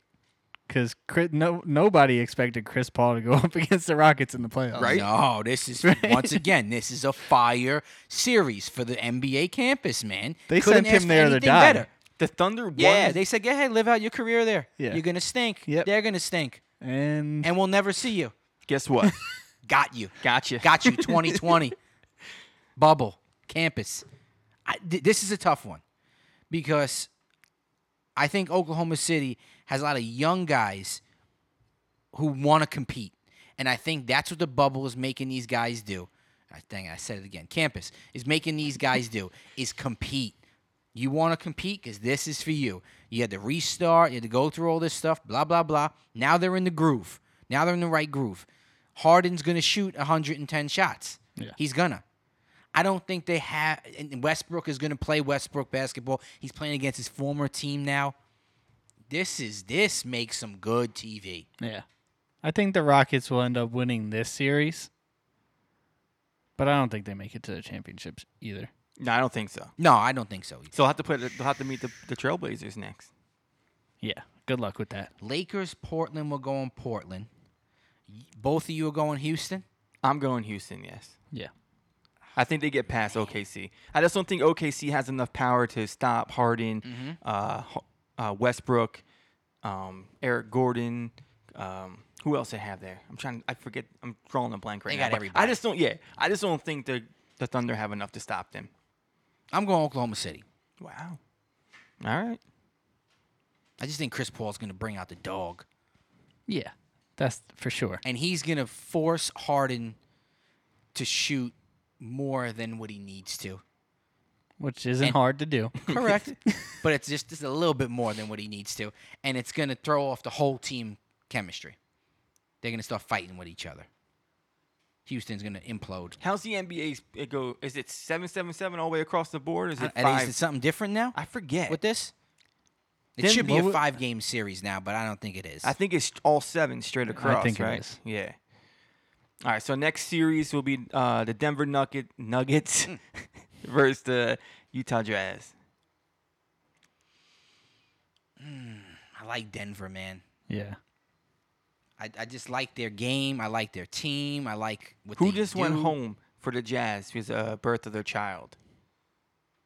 Speaker 3: because no nobody expected Chris
Speaker 5: [laughs]
Speaker 3: Paul to go up against the Rockets in the playoffs.
Speaker 2: Right?
Speaker 1: No, this
Speaker 3: [laughs]
Speaker 1: is once again, this is a fire series for the NBA campus, man.
Speaker 3: They
Speaker 1: Couldn't
Speaker 3: sent him
Speaker 1: ask for
Speaker 3: there to
Speaker 1: anything
Speaker 3: die.
Speaker 1: Better.
Speaker 2: The Thunder
Speaker 1: Yeah,
Speaker 2: won.
Speaker 1: they said, "Go ahead, live out your career there.
Speaker 3: Yeah.
Speaker 1: You're gonna stink.
Speaker 3: Yep.
Speaker 1: They're gonna stink,
Speaker 3: And
Speaker 1: and we'll never see you.
Speaker 2: Guess what?
Speaker 1: Got you.
Speaker 2: Gotcha.
Speaker 1: Got
Speaker 3: [laughs]
Speaker 1: you. 2020 bubble campus. I, th- this is a tough one because I think Oklahoma City has a lot of young guys who want to compete, and I think that's what the bubble is making these guys do. I, dang, it, I said it again. Campus is making these guys do is compete. You want to compete because this is for you. You had to restart. You had to go through all this stuff. Blah blah blah. Now they're in the groove. Now they're in the right groove. Harden's gonna shoot 110 shots.
Speaker 5: Yeah.
Speaker 1: He's gonna. I don't think they have. And Westbrook is going to play Westbrook basketball. He's playing against his former team now. This is this makes some good TV.
Speaker 5: Yeah.
Speaker 3: I think the Rockets will end up winning this series,
Speaker 5: But I don't think they make it to the championships either.
Speaker 2: no, I don't think so.
Speaker 1: No, I don't think so.
Speaker 2: So they'll have to play. The, they'll have to meet the, the Trailblazers next.
Speaker 5: Yeah. Good luck with that.
Speaker 1: Lakers, Portland. We're going Portland. Y- Both of you are going Houston.
Speaker 2: I'm going Houston. Yes.
Speaker 5: Yeah.
Speaker 2: I think they get past OKC. I just don't think OKC has enough power to stop Harden,
Speaker 1: Mm-hmm.
Speaker 2: uh, Ho- uh, Westbrook, um, Eric Gordon. Um, who else they have there? I'm trying. I forget. I'm drawing a blank right
Speaker 1: They
Speaker 2: now.
Speaker 1: got
Speaker 2: but I
Speaker 1: everybody.
Speaker 2: just don't. Yeah. I just don't think the the Thunder have enough to stop them.
Speaker 1: I'm going Oklahoma City.
Speaker 2: Wow. All right.
Speaker 1: I just think Chris Paul's going to bring out the dog,
Speaker 5: Yeah, that's for sure.
Speaker 1: and he's going to force Harden to shoot more than what he needs
Speaker 2: [laughs]
Speaker 1: to.
Speaker 5: Which isn't
Speaker 1: And-
Speaker 5: hard to do.
Speaker 1: Correct. but it's just, just a little bit more than what he needs to. And it's going to throw off the whole team chemistry. They're going to start fighting with each other. Houston's going to implode.
Speaker 2: How's the NBA's it go? Is it seven seven seven all the way across the board? Or is
Speaker 1: I-
Speaker 2: it
Speaker 1: I think-
Speaker 2: five?
Speaker 1: Is it something different now
Speaker 2: I forget.
Speaker 1: with this? It
Speaker 5: Didn't-
Speaker 1: should be
Speaker 5: what
Speaker 1: a
Speaker 5: wa-
Speaker 1: five game series now, but I don't think it is.
Speaker 2: I think it's all seven straight across.
Speaker 5: think it
Speaker 2: right?
Speaker 5: is.
Speaker 2: Yeah. All right. So next series will be uh, the Denver Nugget Nuggets
Speaker 1: Hmm.
Speaker 2: [laughs] versus the Utah Jazz.
Speaker 1: I like Denver, man.
Speaker 5: Yeah.
Speaker 1: I, I just like their game. I like their team. I like what
Speaker 2: Who
Speaker 1: they
Speaker 2: just went
Speaker 1: do
Speaker 2: home for the Jazz because uh, birth of their child?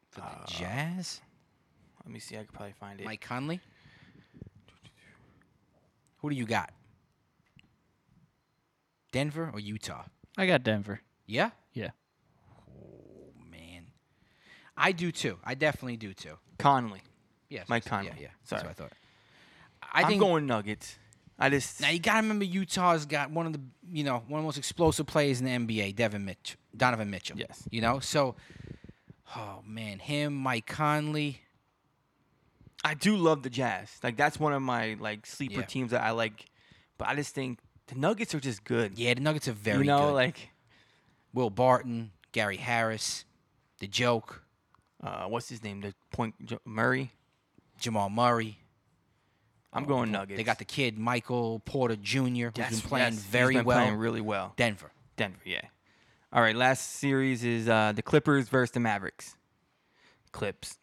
Speaker 1: for the Jazz.
Speaker 2: Let me see. I could probably find it.
Speaker 1: Mike Conley. Who do you got? Denver or Utah?
Speaker 5: I got Denver.
Speaker 1: Yeah?
Speaker 5: Yeah.
Speaker 1: Oh, man. I do too. I definitely do too.
Speaker 2: Conley.
Speaker 1: Yes.
Speaker 2: Mike
Speaker 1: yes,
Speaker 2: Conley.
Speaker 1: Yeah, yeah. That's
Speaker 2: Sorry.
Speaker 1: what I thought. I
Speaker 2: I am
Speaker 1: think
Speaker 2: going Nuggets. I just
Speaker 1: now you gotta remember Utah's got one of the you know, one of the most explosive players in the NBA, Devin Mitch Donovan Mitchell.
Speaker 2: Yes.
Speaker 1: You know? So oh man, him, Mike Conley.
Speaker 2: I do love the Jazz. Like that's one of my like sleeper
Speaker 1: Yeah.
Speaker 2: teams that I like. But I just think the Nuggets are just good.
Speaker 1: Yeah, the Nuggets are very
Speaker 2: you know,
Speaker 1: good.
Speaker 2: like
Speaker 1: Will Barton, Gary Harris, the joke.
Speaker 2: uh, what's his name? The point J- Murray.
Speaker 1: Jamal Murray.
Speaker 2: I'm going Nuggets.
Speaker 1: They got Oh, the kid Michael Porter Jr. who's
Speaker 2: Yes,
Speaker 1: been playing
Speaker 2: yes, he's
Speaker 1: very
Speaker 2: been
Speaker 1: well.
Speaker 2: Playing really well.
Speaker 1: Denver.
Speaker 2: Denver, yeah. All right, last series is uh, the Clippers versus the Mavericks. Clips.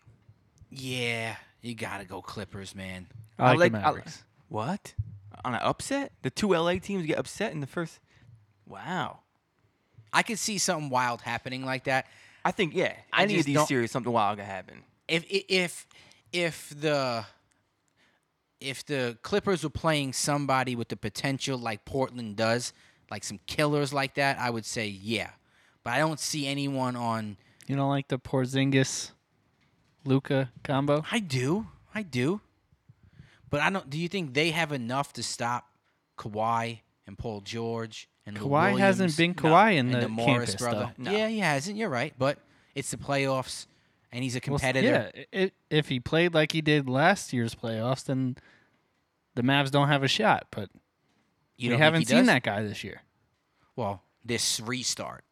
Speaker 1: Yeah, you gotta go Clippers, man.
Speaker 5: I like,
Speaker 2: like-
Speaker 5: the
Speaker 2: I-
Speaker 5: Mavericks.
Speaker 2: What? On an upset? The two LA teams get upset in the first. Wow.
Speaker 1: I could see something wild happening like that.
Speaker 2: I think yeah.
Speaker 1: I
Speaker 2: Any
Speaker 1: just
Speaker 2: of these
Speaker 1: don't-
Speaker 2: series, something wild could happen.
Speaker 1: If i- if if the if the Clippers were playing somebody with the potential like Portland does, like some killers like that, I would say yeah. But I don't see anyone on.
Speaker 5: you don't like the Porzingis Luca combo?
Speaker 1: I do, I do. But I don't. Do you think they have enough to stop Kawhi and Paul George and Lou
Speaker 5: Kawhi
Speaker 1: Williams?
Speaker 5: hasn't been Kawhi in
Speaker 1: and
Speaker 5: the,
Speaker 1: the, Morris
Speaker 5: campus,
Speaker 1: brother.
Speaker 5: though.
Speaker 2: No.
Speaker 1: Yeah, he hasn't. You're right, but it's the playoffs, and he's a
Speaker 5: Well, s-
Speaker 1: competitor.
Speaker 5: yeah, i- i- if he played like he did last year's playoffs, then the Mavs don't have a shot. But we
Speaker 1: you don't think he
Speaker 5: haven't seen
Speaker 1: does?
Speaker 5: that guy this year.
Speaker 1: Well, this restart.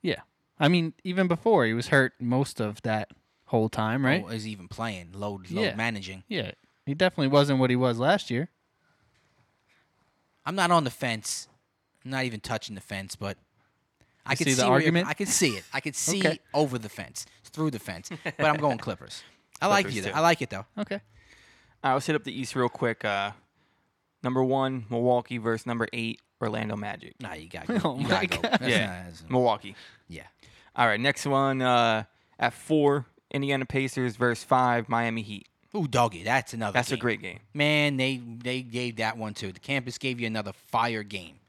Speaker 5: Yeah, I mean, even before he was hurt most of that whole time, right?
Speaker 1: Oh, is he even playing load, load
Speaker 5: Yeah.
Speaker 1: managing.
Speaker 5: Yeah, he definitely wasn't what he was last year.
Speaker 1: I'm not on the fence. I'm not even touching the fence, but I
Speaker 5: You
Speaker 1: could
Speaker 5: see
Speaker 1: see,
Speaker 5: the
Speaker 1: where you're-
Speaker 5: argument?
Speaker 1: I could see it. I could see
Speaker 5: Okay.
Speaker 1: over the fence, through the fence. But I'm going Clippers. I like
Speaker 2: Clippers
Speaker 1: you.
Speaker 2: too.
Speaker 1: I like it though.
Speaker 5: Okay.
Speaker 2: All right, let's hit up the East real quick. Uh, number one, Milwaukee versus number eight, Orlando Magic.
Speaker 1: Nah, you got. to
Speaker 5: [laughs]
Speaker 1: go.
Speaker 5: Oh
Speaker 1: you
Speaker 5: my
Speaker 1: gotta go.
Speaker 5: God.
Speaker 1: That's
Speaker 2: Yeah.
Speaker 1: not- that's-
Speaker 2: Milwaukee.
Speaker 1: yeah.
Speaker 2: All right, next one uh, at four, Indiana Pacers versus five, Miami Heat.
Speaker 1: Ooh, doggy. That's another.
Speaker 2: That's
Speaker 1: game.
Speaker 2: a great game.
Speaker 1: Man, they they gave that one too. The campus gave you another fire game.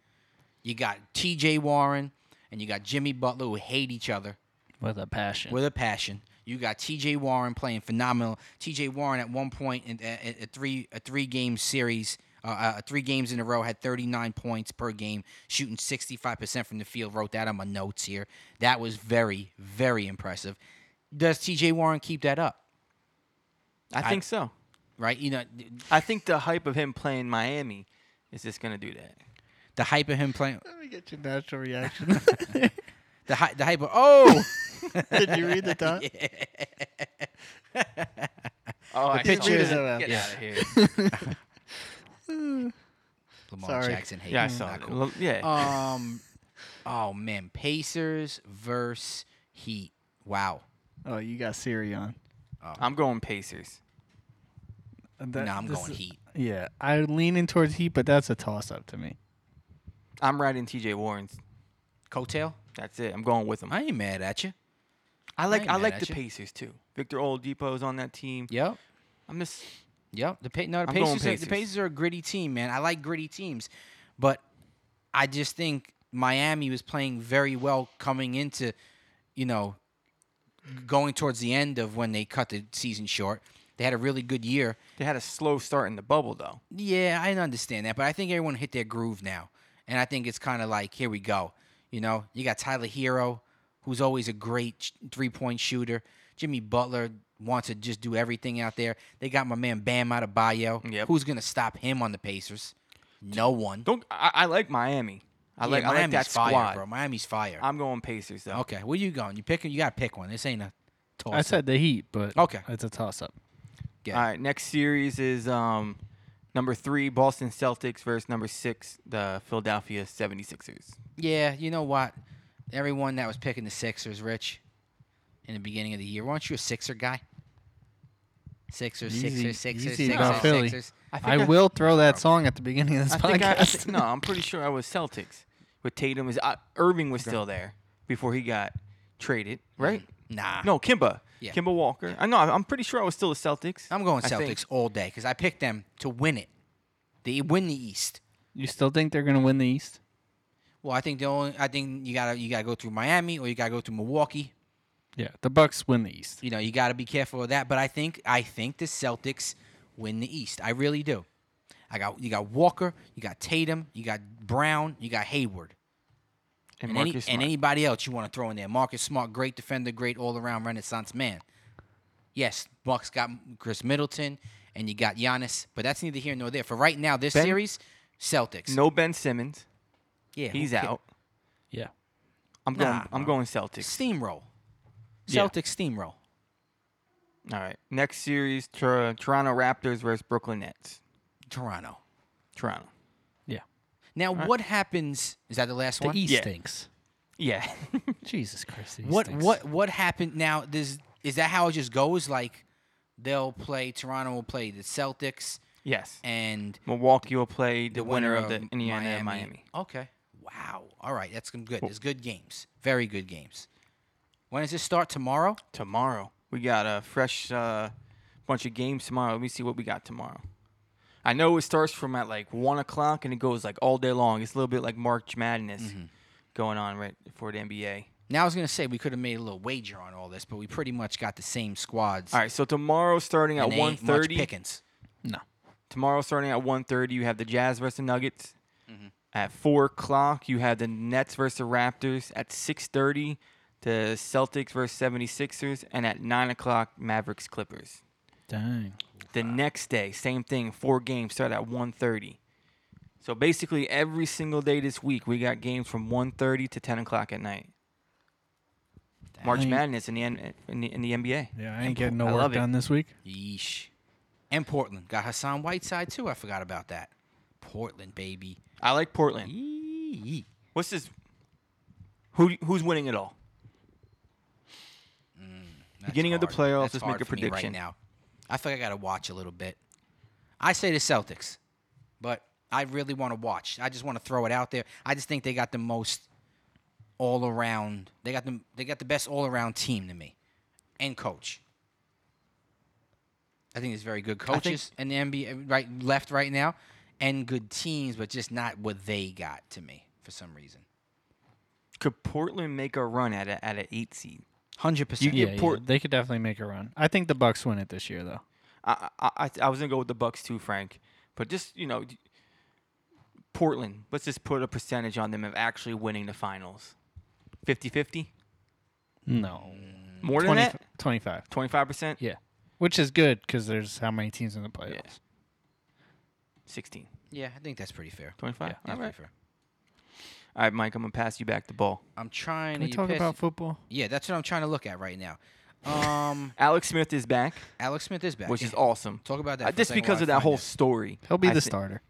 Speaker 1: You got T.J. Warren and you got Jimmy Butler who hate each other
Speaker 5: With a passion.
Speaker 1: with a passion. You got T.J. Warren playing phenomenal. T.J. Warren at one point in a, a three a three game series, uh, uh, three games in a row had 39 points per game, shooting 65 percent from the field. Wrote that on my notes here. That was very very impressive. Does T.J. Warren keep that up?
Speaker 2: I, think so.
Speaker 1: Right? You know,
Speaker 2: I think the hype of him playing Miami is just gonna do that.
Speaker 1: the hype of him playing
Speaker 4: Let me get your natural
Speaker 1: [laughs]
Speaker 4: reaction.
Speaker 1: the hy- the hype of
Speaker 3: [laughs]
Speaker 1: oh.
Speaker 4: Did you
Speaker 1: [laughs]
Speaker 4: read the thought?
Speaker 2: Oh, I
Speaker 1: saw picture
Speaker 4: is that. a-
Speaker 2: Get
Speaker 1: Yeah.
Speaker 2: out of here.
Speaker 1: Lamar
Speaker 4: Sorry.
Speaker 1: Jackson hate.
Speaker 2: yeah, I
Speaker 1: Mm.
Speaker 2: saw
Speaker 1: Not
Speaker 2: it.
Speaker 1: cool.
Speaker 2: Well, Yeah.
Speaker 1: Um, oh man, Pacers versus Heat. Wow.
Speaker 4: Oh, you got Siri on.
Speaker 2: Um, I'm going Pacers.
Speaker 1: No,
Speaker 3: That-
Speaker 1: I'm
Speaker 3: this
Speaker 1: going
Speaker 3: is-
Speaker 1: Heat.
Speaker 3: Yeah, I'm leaning towards Heat, but that's a toss up to me.
Speaker 2: I'm riding TJ Warren's.
Speaker 1: Coattail.
Speaker 2: That's it. I'm going with him.
Speaker 1: I ain't mad at you.
Speaker 2: I like
Speaker 1: ain't
Speaker 2: I
Speaker 1: mad
Speaker 2: like
Speaker 1: at
Speaker 2: the
Speaker 1: you.
Speaker 2: Pacers too. Victor Oladipo's on that team.
Speaker 1: Yep.
Speaker 2: I'm just
Speaker 1: Yep. The, pa- no, the
Speaker 2: I'm going
Speaker 1: Pacers, are-
Speaker 2: Pacers.
Speaker 1: the Pacers are a gritty team, man. I like gritty teams, but I just think Miami was playing very well coming into, you know, going towards the end of when they cut the season short. They had a really good year.
Speaker 2: They had a slow start in the bubble though.
Speaker 1: Yeah, I understand that, but I think everyone hit their groove now, and I think it's kind of like here we go. You know, you got Tyler Hero, who's always a great three point shooter. Jimmy Butler wants to just do everything out there. They got my man Bam Adebayo.
Speaker 2: Yep.
Speaker 1: Who's gonna stop him on the Pacers? No one.
Speaker 2: Don't I, I like Miami. I
Speaker 1: Yeah,
Speaker 2: like I like
Speaker 1: Miami's
Speaker 2: that
Speaker 1: fire,
Speaker 2: squad.
Speaker 1: bro. Miami's fire.
Speaker 2: I'm going Pacers though.
Speaker 1: okay, where you going? You pick. You gotta pick one. This ain't a toss.
Speaker 5: I said the Heat, but
Speaker 1: Okay.
Speaker 5: it's a toss up.
Speaker 1: Yeah.
Speaker 2: All right, next series is um, number three Boston Celtics versus number six the Philadelphia 76ers.
Speaker 1: Yeah, you know what? Everyone that was picking the Sixers, Rich, in the beginning of the year, weren't you a Sixer guy? Sixers,
Speaker 3: Easy-
Speaker 1: Sixers, Sixers,
Speaker 3: easy
Speaker 1: Sixers,
Speaker 2: about
Speaker 3: Philly.
Speaker 1: Sixers.
Speaker 2: think
Speaker 3: I will throw that song at the beginning of this
Speaker 2: I think I, I
Speaker 3: podcast.
Speaker 1: [laughs]
Speaker 2: thi- no, I'm pretty sure I was Celtics. With Tatum is uh, Irving was still there before he got traded, right?
Speaker 1: Nah.
Speaker 2: No, Kimba.
Speaker 1: Yeah.
Speaker 2: Kimba Walker. I know. I'm pretty sure I was still a Celtics.
Speaker 1: I'm going
Speaker 2: I think.
Speaker 1: Celtics all day because I picked them to win it. They win the East.
Speaker 5: [laughs] You still think they're gonna win the East?
Speaker 1: Well, I think the only I think you gotta you gotta go through Miami or you gotta go through Milwaukee.
Speaker 5: Yeah, the Bucks win the East.
Speaker 1: You know, you gotta be careful of that. But I think I think the Celtics win the East. I really do. I got you got Walker, you got Tatum, you got Brown, you got Hayward.
Speaker 2: And
Speaker 1: and, any,
Speaker 2: Marcus
Speaker 1: and
Speaker 2: Smart.
Speaker 1: anybody else you want to throw in there. Marcus Smart, great defender, great all around Renaissance man. Yes, Bucks got Chris Middleton and you got Giannis, but that's neither here nor there. For right now, this
Speaker 2: Ben-
Speaker 1: series, Celtics.
Speaker 2: no Ben Simmons.
Speaker 1: yeah, who
Speaker 2: He's
Speaker 1: ca-
Speaker 2: out.
Speaker 5: Yeah.
Speaker 2: I'm going.
Speaker 1: Nah,
Speaker 2: I'm going Celtics.
Speaker 1: Steamroll.
Speaker 5: Yeah.
Speaker 1: Celtics steamroll.
Speaker 2: All right. Next series: Tor- Toronto Raptors versus Brooklyn Nets.
Speaker 1: Toronto.
Speaker 2: Toronto.
Speaker 5: Yeah.
Speaker 1: Now, what happens? Is that the last
Speaker 5: The
Speaker 1: one?
Speaker 5: East
Speaker 2: Yeah.
Speaker 5: stinks.
Speaker 1: [laughs]
Speaker 2: Yeah.
Speaker 5: Jesus Christ. the East
Speaker 1: What
Speaker 5: stinks.
Speaker 1: what what happened? Now, does is that how it just goes? Like they'll play Toronto will play the Celtics
Speaker 2: yes.
Speaker 1: and
Speaker 2: Milwaukee will play the, winner, of the Indiana and Miami.
Speaker 1: Okay. Wow. All right. That's some good. There's good games. Very good games. When does this start? Tomorrow?
Speaker 2: tomorrow. We got a fresh uh, bunch of games tomorrow. Let me see what we got tomorrow. I know it starts from at like one o'clock and it goes like all day long. It's a little bit like March Madness
Speaker 1: Mm-hmm.
Speaker 2: going on right for the NBA.
Speaker 1: Now I was gonna say we could have made a little wager on all this, but we pretty much got the same squads.
Speaker 2: All right, so tomorrow starting at
Speaker 1: and they
Speaker 2: one
Speaker 1: ain't much
Speaker 2: thirty.
Speaker 1: pickings.
Speaker 2: Tomorrow starting at one thirty, you have the Jazz versus the Nuggets.
Speaker 1: Mm-hmm.
Speaker 2: At four o'clock, you have the Nets versus the Raptors. At six thirty, the Celtics versus 76ers. and at nine o'clock, Mavericks Clippers.
Speaker 5: Dang.
Speaker 2: The next day, same thing, four games start at 1.30. So basically every single day this week we got games from 1.30 to 10 o'clock at night. March
Speaker 5: Dang.
Speaker 2: Madness in the, N- in the, in the NBA.
Speaker 3: yeah, I ain't getting no
Speaker 2: I
Speaker 3: work
Speaker 2: love it.
Speaker 3: done this week.
Speaker 1: Yeesh. And Portland got Hassan Whiteside too. I forgot about that. Portland, baby.
Speaker 2: I like Portland.
Speaker 1: Yee.
Speaker 2: What's this? Who Who's winning it all?
Speaker 1: That's
Speaker 2: Beginning of the
Speaker 1: hard.
Speaker 2: playoffs,
Speaker 1: That's
Speaker 2: let's
Speaker 1: hard
Speaker 2: make a
Speaker 1: for me right
Speaker 2: prediction.
Speaker 1: now. I think I gotta watch a little bit. I say the Celtics, but I really want to watch. I just want to throw it out there. I just think they got the most all around. They got the they got the best all around team to me, and coach. I think there's very good
Speaker 2: think-
Speaker 1: coaches in the NBA right left right now, and good teams, but just not what they got to me for some reason.
Speaker 2: Could Portland make a run at a, at an eight seed?
Speaker 1: Hundred
Speaker 5: You
Speaker 1: percent.
Speaker 5: yeah,
Speaker 2: get
Speaker 5: yeah,
Speaker 2: Port-
Speaker 5: They could definitely make a run. I think the Bucks win it this year though.
Speaker 2: I, I I I was gonna go with the Bucks too, Frank. But just you know, Portland. Let's just put a percentage on them of actually winning the finals. 50-50?
Speaker 5: No.
Speaker 2: More than
Speaker 5: 20
Speaker 2: that?
Speaker 5: 25.
Speaker 2: Twenty five percent.
Speaker 5: Yeah. Which is good because there's how many teams in the playoffs.
Speaker 2: Yeah. 16.
Speaker 1: Yeah, I think that's pretty fair.
Speaker 2: 25?
Speaker 1: That's
Speaker 2: All right.
Speaker 1: pretty fair.
Speaker 2: All right, Mike, I'm going to pass you back the ball.
Speaker 1: I'm trying
Speaker 5: Can we
Speaker 1: to you
Speaker 5: talk
Speaker 1: piss-
Speaker 5: about football?
Speaker 1: Yeah, that's what I'm trying to look at right now.
Speaker 2: [laughs]
Speaker 1: Um,
Speaker 2: Alex Smith is back,
Speaker 1: Alex Smith is back,
Speaker 2: which is
Speaker 1: Yeah.
Speaker 2: awesome.
Speaker 1: Talk about that.
Speaker 2: Uh,
Speaker 1: for a
Speaker 2: just
Speaker 1: second
Speaker 2: because
Speaker 1: while I
Speaker 2: of that
Speaker 1: find
Speaker 2: whole
Speaker 1: this.
Speaker 2: story.
Speaker 5: He'll be
Speaker 2: I
Speaker 5: the
Speaker 2: thi-
Speaker 5: starter.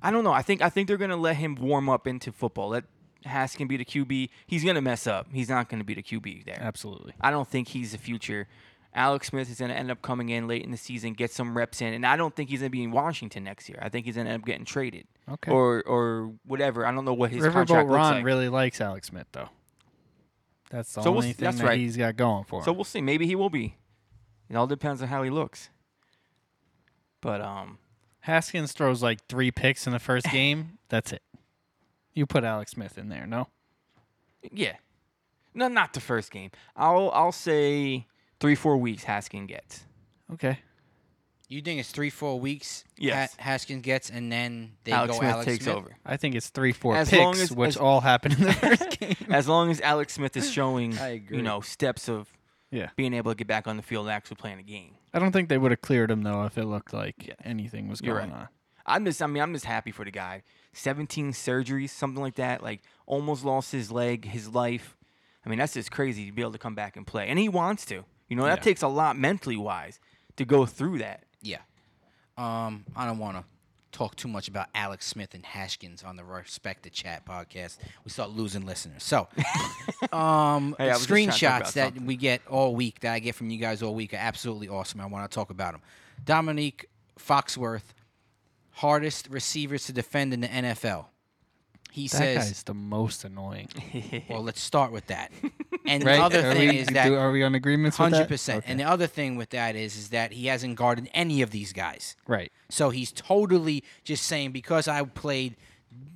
Speaker 2: I don't know. I think I think they're going to let him warm up into football. Let Haskin be the QB. He's going to mess up. He's not going to be the QB there.
Speaker 5: Absolutely.
Speaker 2: I don't think he's the future. Alex Smith is going to end up coming in late in the season, get some reps in, and I don't think he's going to be in Washington next year. I think he's going to end up getting traded
Speaker 5: Okay.
Speaker 2: or or whatever. I don't know what his
Speaker 5: Riverboat
Speaker 2: contract looks
Speaker 5: Ron
Speaker 2: like.
Speaker 5: really likes Alex Smith though. That's the
Speaker 2: So we'll
Speaker 5: only
Speaker 2: s-
Speaker 5: thing
Speaker 2: that's
Speaker 5: that
Speaker 2: right.
Speaker 5: he's got going for him.
Speaker 2: So we'll see. Maybe he will be. It all depends on how he looks. But um,
Speaker 5: Haskins throws like three picks in the
Speaker 2: [laughs]
Speaker 5: first game. That's it. You put Alex Smith in there, no?
Speaker 2: yeah, no, not the first game. I'll I'll say three four weeks. Haskin gets.
Speaker 5: Okay.
Speaker 1: You think it's three, four weeks?
Speaker 2: Yes.
Speaker 1: Ha- Haskins gets, and then they
Speaker 2: Alex
Speaker 1: go
Speaker 2: Smith
Speaker 1: Alex
Speaker 2: takes
Speaker 1: Smith?
Speaker 2: over.
Speaker 3: I think it's three, four
Speaker 2: As
Speaker 3: picks,
Speaker 2: long as-
Speaker 3: which
Speaker 2: as-
Speaker 3: all happened
Speaker 2: [laughs]
Speaker 3: in the first game.
Speaker 2: As long as Alex Smith
Speaker 1: [sighs]
Speaker 2: is showing,
Speaker 1: I agree.
Speaker 2: you know, steps of
Speaker 3: Yeah.
Speaker 2: being able to get back on the field and actually playing a game.
Speaker 3: I don't think they would have cleared him though if it looked like anything was
Speaker 2: You're
Speaker 3: going
Speaker 2: right.
Speaker 3: on.
Speaker 2: I'm just, I mean, I'm just happy for the guy. 17 surgeries, something like that. Like almost lost his leg, his life. I mean, that's just crazy to be able to come back and play, and he wants to. You know, that
Speaker 3: Yeah.
Speaker 2: takes a lot mentally wise to go through that.
Speaker 1: Yeah. Um, I don't want to talk too much about Alex Smith and Haskins on the Respect the Chat podcast. We start losing listeners.
Speaker 2: [laughs]
Speaker 1: So, um,
Speaker 2: Hey, I was just trying to
Speaker 1: screenshots
Speaker 2: talk about
Speaker 1: that
Speaker 2: something.
Speaker 1: we get all week, that I get from you guys all week, are absolutely awesome. I want to talk about them. Dominique Foxworth, hardest receivers to defend in the NFL. He
Speaker 3: That
Speaker 1: says,
Speaker 3: guy's the most
Speaker 2: [laughs]
Speaker 3: annoying.
Speaker 1: well, let's start with
Speaker 3: [laughs]
Speaker 1: that. And
Speaker 3: Right?
Speaker 1: the other
Speaker 3: are
Speaker 1: thing
Speaker 3: we,
Speaker 1: is that
Speaker 3: do, are we on agreements with
Speaker 1: hundred
Speaker 3: that?
Speaker 1: percent. And the other thing with that is, is that he hasn't guarded any of these guys.
Speaker 3: Right.
Speaker 1: So he's totally just saying because I played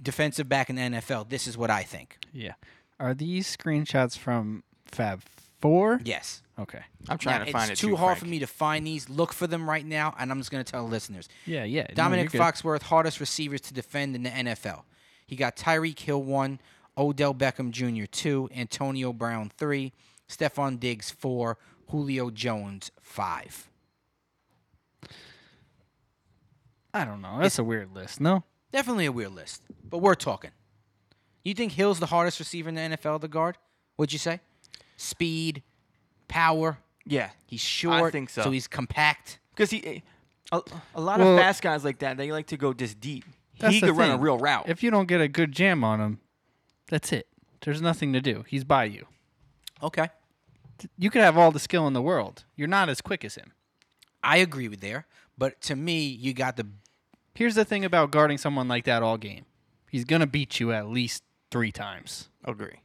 Speaker 1: defensive back in the NFL, this is what I think.
Speaker 3: Yeah. Are these screenshots from Fab Four?
Speaker 1: Yes.
Speaker 3: Okay.
Speaker 2: I'm trying
Speaker 1: Now,
Speaker 2: to find
Speaker 1: it's
Speaker 2: it
Speaker 1: too hard
Speaker 2: Frank.
Speaker 1: for me to find these. Look for them right now, and I'm just going to tell listeners.
Speaker 3: Yeah, yeah. No,
Speaker 1: Dominic
Speaker 3: you're good.
Speaker 1: Foxworth, hardest receivers to defend in the NFL. He got Tyreek Hill one, Odell Beckham Jr. two, Antonio Brown three, Stephon Diggs four, Julio Jones five.
Speaker 3: I don't know. That's a weird list. No.
Speaker 1: Definitely a weird list, but we're talking. You think Hill's the hardest receiver in the NFL to guard? What'd you say? Speed, power.
Speaker 2: Yeah,
Speaker 1: He's short.
Speaker 2: think so.
Speaker 1: he's compact.
Speaker 2: because he, eh, a, a lot
Speaker 3: Well-
Speaker 2: of fast guys like that, they like to go just deep.
Speaker 3: That's
Speaker 2: He
Speaker 3: the
Speaker 2: could run a
Speaker 3: thing.
Speaker 2: real route.
Speaker 3: If you don't get a good jam on him, that's it. There's nothing to do. He's by you.
Speaker 1: Okay.
Speaker 3: You could have all the skill in the world. You're not as quick as him.
Speaker 1: I agree with there, but to me, you got the
Speaker 3: Here's the thing about guarding someone like that all game. He's gonna beat you at least three times.
Speaker 2: Agree.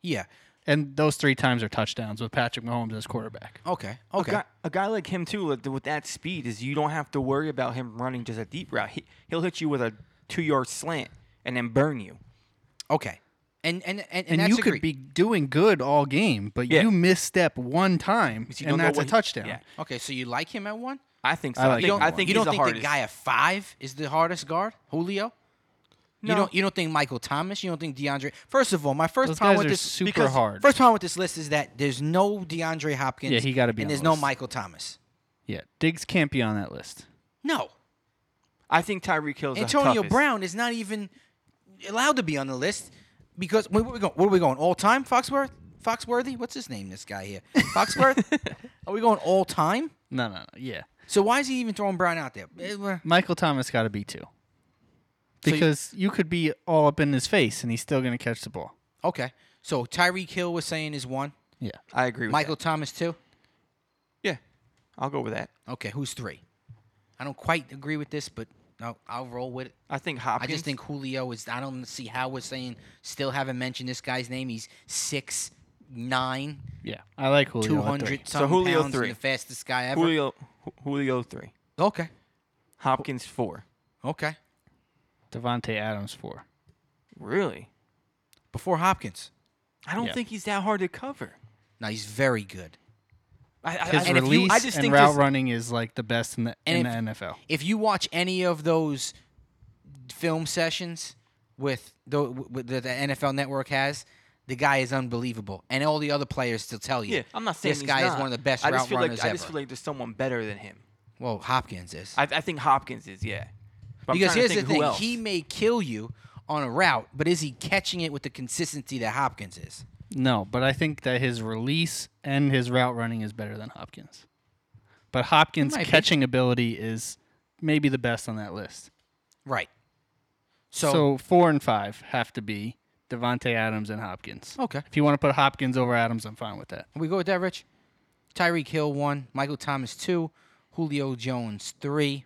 Speaker 1: yeah.
Speaker 3: And those three times are touchdowns with Patrick Mahomes as quarterback.
Speaker 1: Okay.
Speaker 2: A
Speaker 1: Okay.
Speaker 2: guy, a guy like him too, with, with that speed, is you don't have to worry about him running just a deep route. He, he'll hit you with a two-yard slant and then burn you.
Speaker 1: Okay. And and and, and,
Speaker 3: And
Speaker 1: that's
Speaker 3: you could
Speaker 1: agreed.
Speaker 3: be doing good all game, but
Speaker 2: Yeah.
Speaker 3: you misstep one time,
Speaker 2: Because you
Speaker 3: and
Speaker 2: don't know
Speaker 3: that's a
Speaker 2: what he-
Speaker 3: touchdown.
Speaker 2: yeah.
Speaker 1: okay. So you like him at one?
Speaker 2: I think so.
Speaker 3: I
Speaker 2: I,
Speaker 3: like
Speaker 2: think,
Speaker 3: him
Speaker 2: I
Speaker 3: a lot.
Speaker 2: think
Speaker 1: you
Speaker 2: he's
Speaker 1: don't think
Speaker 2: the hardest.
Speaker 1: the guy at five is the hardest guard, Julio? You
Speaker 2: No.
Speaker 1: don't. You don't think Michael Thomas? You don't think DeAndre? First of all, my first
Speaker 3: Those
Speaker 1: problem
Speaker 3: guys
Speaker 1: with
Speaker 3: are
Speaker 1: this
Speaker 3: super
Speaker 1: because
Speaker 3: hard.
Speaker 1: First problem with this list is that there's no DeAndre Hopkins.
Speaker 3: Yeah, he gotta be on
Speaker 1: And
Speaker 3: the
Speaker 1: there's no
Speaker 3: list.
Speaker 1: Michael Thomas.
Speaker 3: Yeah, Diggs can't be on that list.
Speaker 1: No,
Speaker 2: I think Tyreek Hill's the
Speaker 1: Antonio
Speaker 2: toughest.
Speaker 1: Brown is not even allowed to be on the list because where, where we going? Where are we going? All time Foxworth? Foxworthy? What's his name? This
Speaker 3: [laughs]
Speaker 1: guy here, Foxworth. are we going all time?
Speaker 3: No, no, no. Yeah,
Speaker 1: So why is he even throwing Brown out there? Eh, well,
Speaker 3: Michael Thomas got to be two,
Speaker 1: you-
Speaker 3: because you could be all up in his face, and he's still gonna catch the ball.
Speaker 1: Okay, so Tyreek Hill was saying is one,
Speaker 3: Yeah,
Speaker 2: I agree. With
Speaker 1: Michael Thomas two.
Speaker 2: that. Yeah, I'll go with that.
Speaker 1: Okay, who's three? I don't quite agree with this, but no, I'll roll with it.
Speaker 2: I think Hopkins.
Speaker 1: I just think Julio is. I don't see how we're saying. Still haven't mentioned this guy's name. He's six nine,
Speaker 3: yeah. I like Julio.
Speaker 1: two
Speaker 3: at three.
Speaker 1: hundred. So
Speaker 2: Julio
Speaker 1: pounds and
Speaker 2: three.
Speaker 1: the fastest guy ever.
Speaker 2: Julio. Ju- Julio three.
Speaker 1: Okay,
Speaker 2: Hopkins four.
Speaker 1: okay.
Speaker 3: Devontae Adams four.
Speaker 2: Really?
Speaker 1: Before Hopkins.
Speaker 2: I don't
Speaker 3: Yeah.
Speaker 2: think he's that hard to cover.
Speaker 1: Now he's very good.
Speaker 2: I, I,
Speaker 3: His
Speaker 2: I,
Speaker 3: release
Speaker 2: I just
Speaker 3: and
Speaker 2: think
Speaker 3: route
Speaker 2: this-
Speaker 3: running is like the best in the in
Speaker 1: And
Speaker 3: the NFL.
Speaker 1: If you watch any of those film sessions with the with the, the NFL Network has. The guy is unbelievable, and all the other players still tell you.
Speaker 2: Yeah, I'm not saying
Speaker 1: this
Speaker 2: he's
Speaker 1: guy is
Speaker 2: not.
Speaker 1: one of the best
Speaker 2: I just
Speaker 1: route
Speaker 2: feel
Speaker 1: runners
Speaker 2: like, I
Speaker 1: ever.
Speaker 2: just feel like there's someone better than him.
Speaker 1: well, Hopkins is.
Speaker 2: I, I think Hopkins is, yeah. But I'm
Speaker 1: Because
Speaker 2: trying
Speaker 1: here's
Speaker 2: to
Speaker 1: the
Speaker 2: think who
Speaker 1: thing:
Speaker 2: else.
Speaker 1: he may kill you on a route, but is he catching it with the consistency that Hopkins is?
Speaker 3: No, but I think that his release and his route running is better than Hopkins. But Hopkins'
Speaker 1: Might be.
Speaker 3: catching ability is maybe the best on that list.
Speaker 1: Right. So,
Speaker 3: So, four and five have to be Devontae Adams and Hopkins.
Speaker 1: Okay.
Speaker 3: If you want to put Hopkins over Adams, I'm fine with that.
Speaker 1: we go with that, Rich. Tyreek Hill one, Michael Thomas two, Julio Jones three,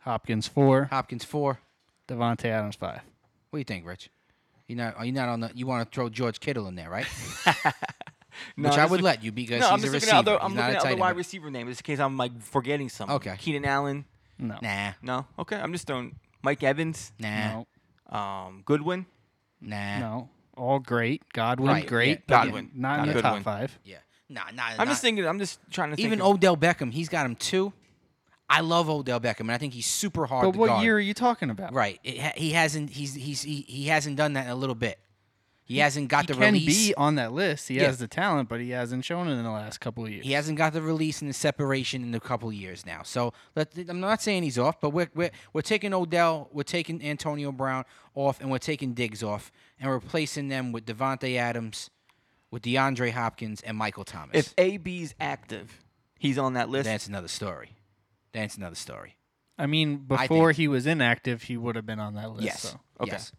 Speaker 3: Hopkins four,
Speaker 1: Hopkins four.
Speaker 3: Devontae Adams five.
Speaker 1: What do you think, Rich? You not are you not on the? You want to throw George Kittle in there, right?
Speaker 2: [laughs] No,
Speaker 1: Which
Speaker 2: I'm
Speaker 1: I
Speaker 2: just
Speaker 1: would
Speaker 2: look-
Speaker 1: let you because
Speaker 2: No, I'm
Speaker 1: he's a
Speaker 2: just looking
Speaker 1: receiver.
Speaker 2: at other, I'm
Speaker 1: he's not
Speaker 2: looking
Speaker 1: a
Speaker 2: at
Speaker 1: tight
Speaker 2: other
Speaker 1: end,
Speaker 2: wide
Speaker 1: but-
Speaker 2: receiver names just in case I'm like forgetting something.
Speaker 1: Okay.
Speaker 2: Keenan Allen.
Speaker 3: No.
Speaker 1: Nah,
Speaker 2: No. Okay. I'm just throwing Mike Evans.
Speaker 1: nah,
Speaker 3: No.
Speaker 2: Um, Goodwin.
Speaker 1: nah.
Speaker 3: No. All great. Godwin,
Speaker 1: Right, yeah,
Speaker 3: great. but
Speaker 2: Godwin.
Speaker 3: Not
Speaker 2: Not
Speaker 3: in the
Speaker 2: Goodwin.
Speaker 3: top five.
Speaker 1: Yeah, nah, nah.
Speaker 2: I'm
Speaker 1: nah.
Speaker 2: just thinking. I'm just trying to think
Speaker 1: Even
Speaker 2: of-
Speaker 1: Odell Beckham, he's got him two. I love Odell Beckham, and I think he's super hard.
Speaker 3: But
Speaker 1: to
Speaker 3: what
Speaker 1: guard.
Speaker 3: year are you talking about?
Speaker 1: Right. It, ha- he hasn't. He's he's he, he hasn't done that in a little bit. He, hasn't got
Speaker 3: He
Speaker 1: the
Speaker 3: can
Speaker 1: release.
Speaker 3: be on that list. He
Speaker 1: Yeah.
Speaker 3: has the talent, but he hasn't shown it in the last couple of years.
Speaker 1: He hasn't got the release and the separation in a couple of years now. So let, I'm not saying he's off, but we're, we're, we're taking Odell, we're taking Antonio Brown off, and we're taking Diggs off, and replacing them with Devontae Adams, with DeAndre Hopkins, and Michael Thomas.
Speaker 2: If AB's active, he's on that list.
Speaker 1: That's another story. That's another story.
Speaker 3: I mean,
Speaker 1: think-
Speaker 3: before he was inactive, he would have been on that list. So.
Speaker 2: Okay.
Speaker 1: Yes.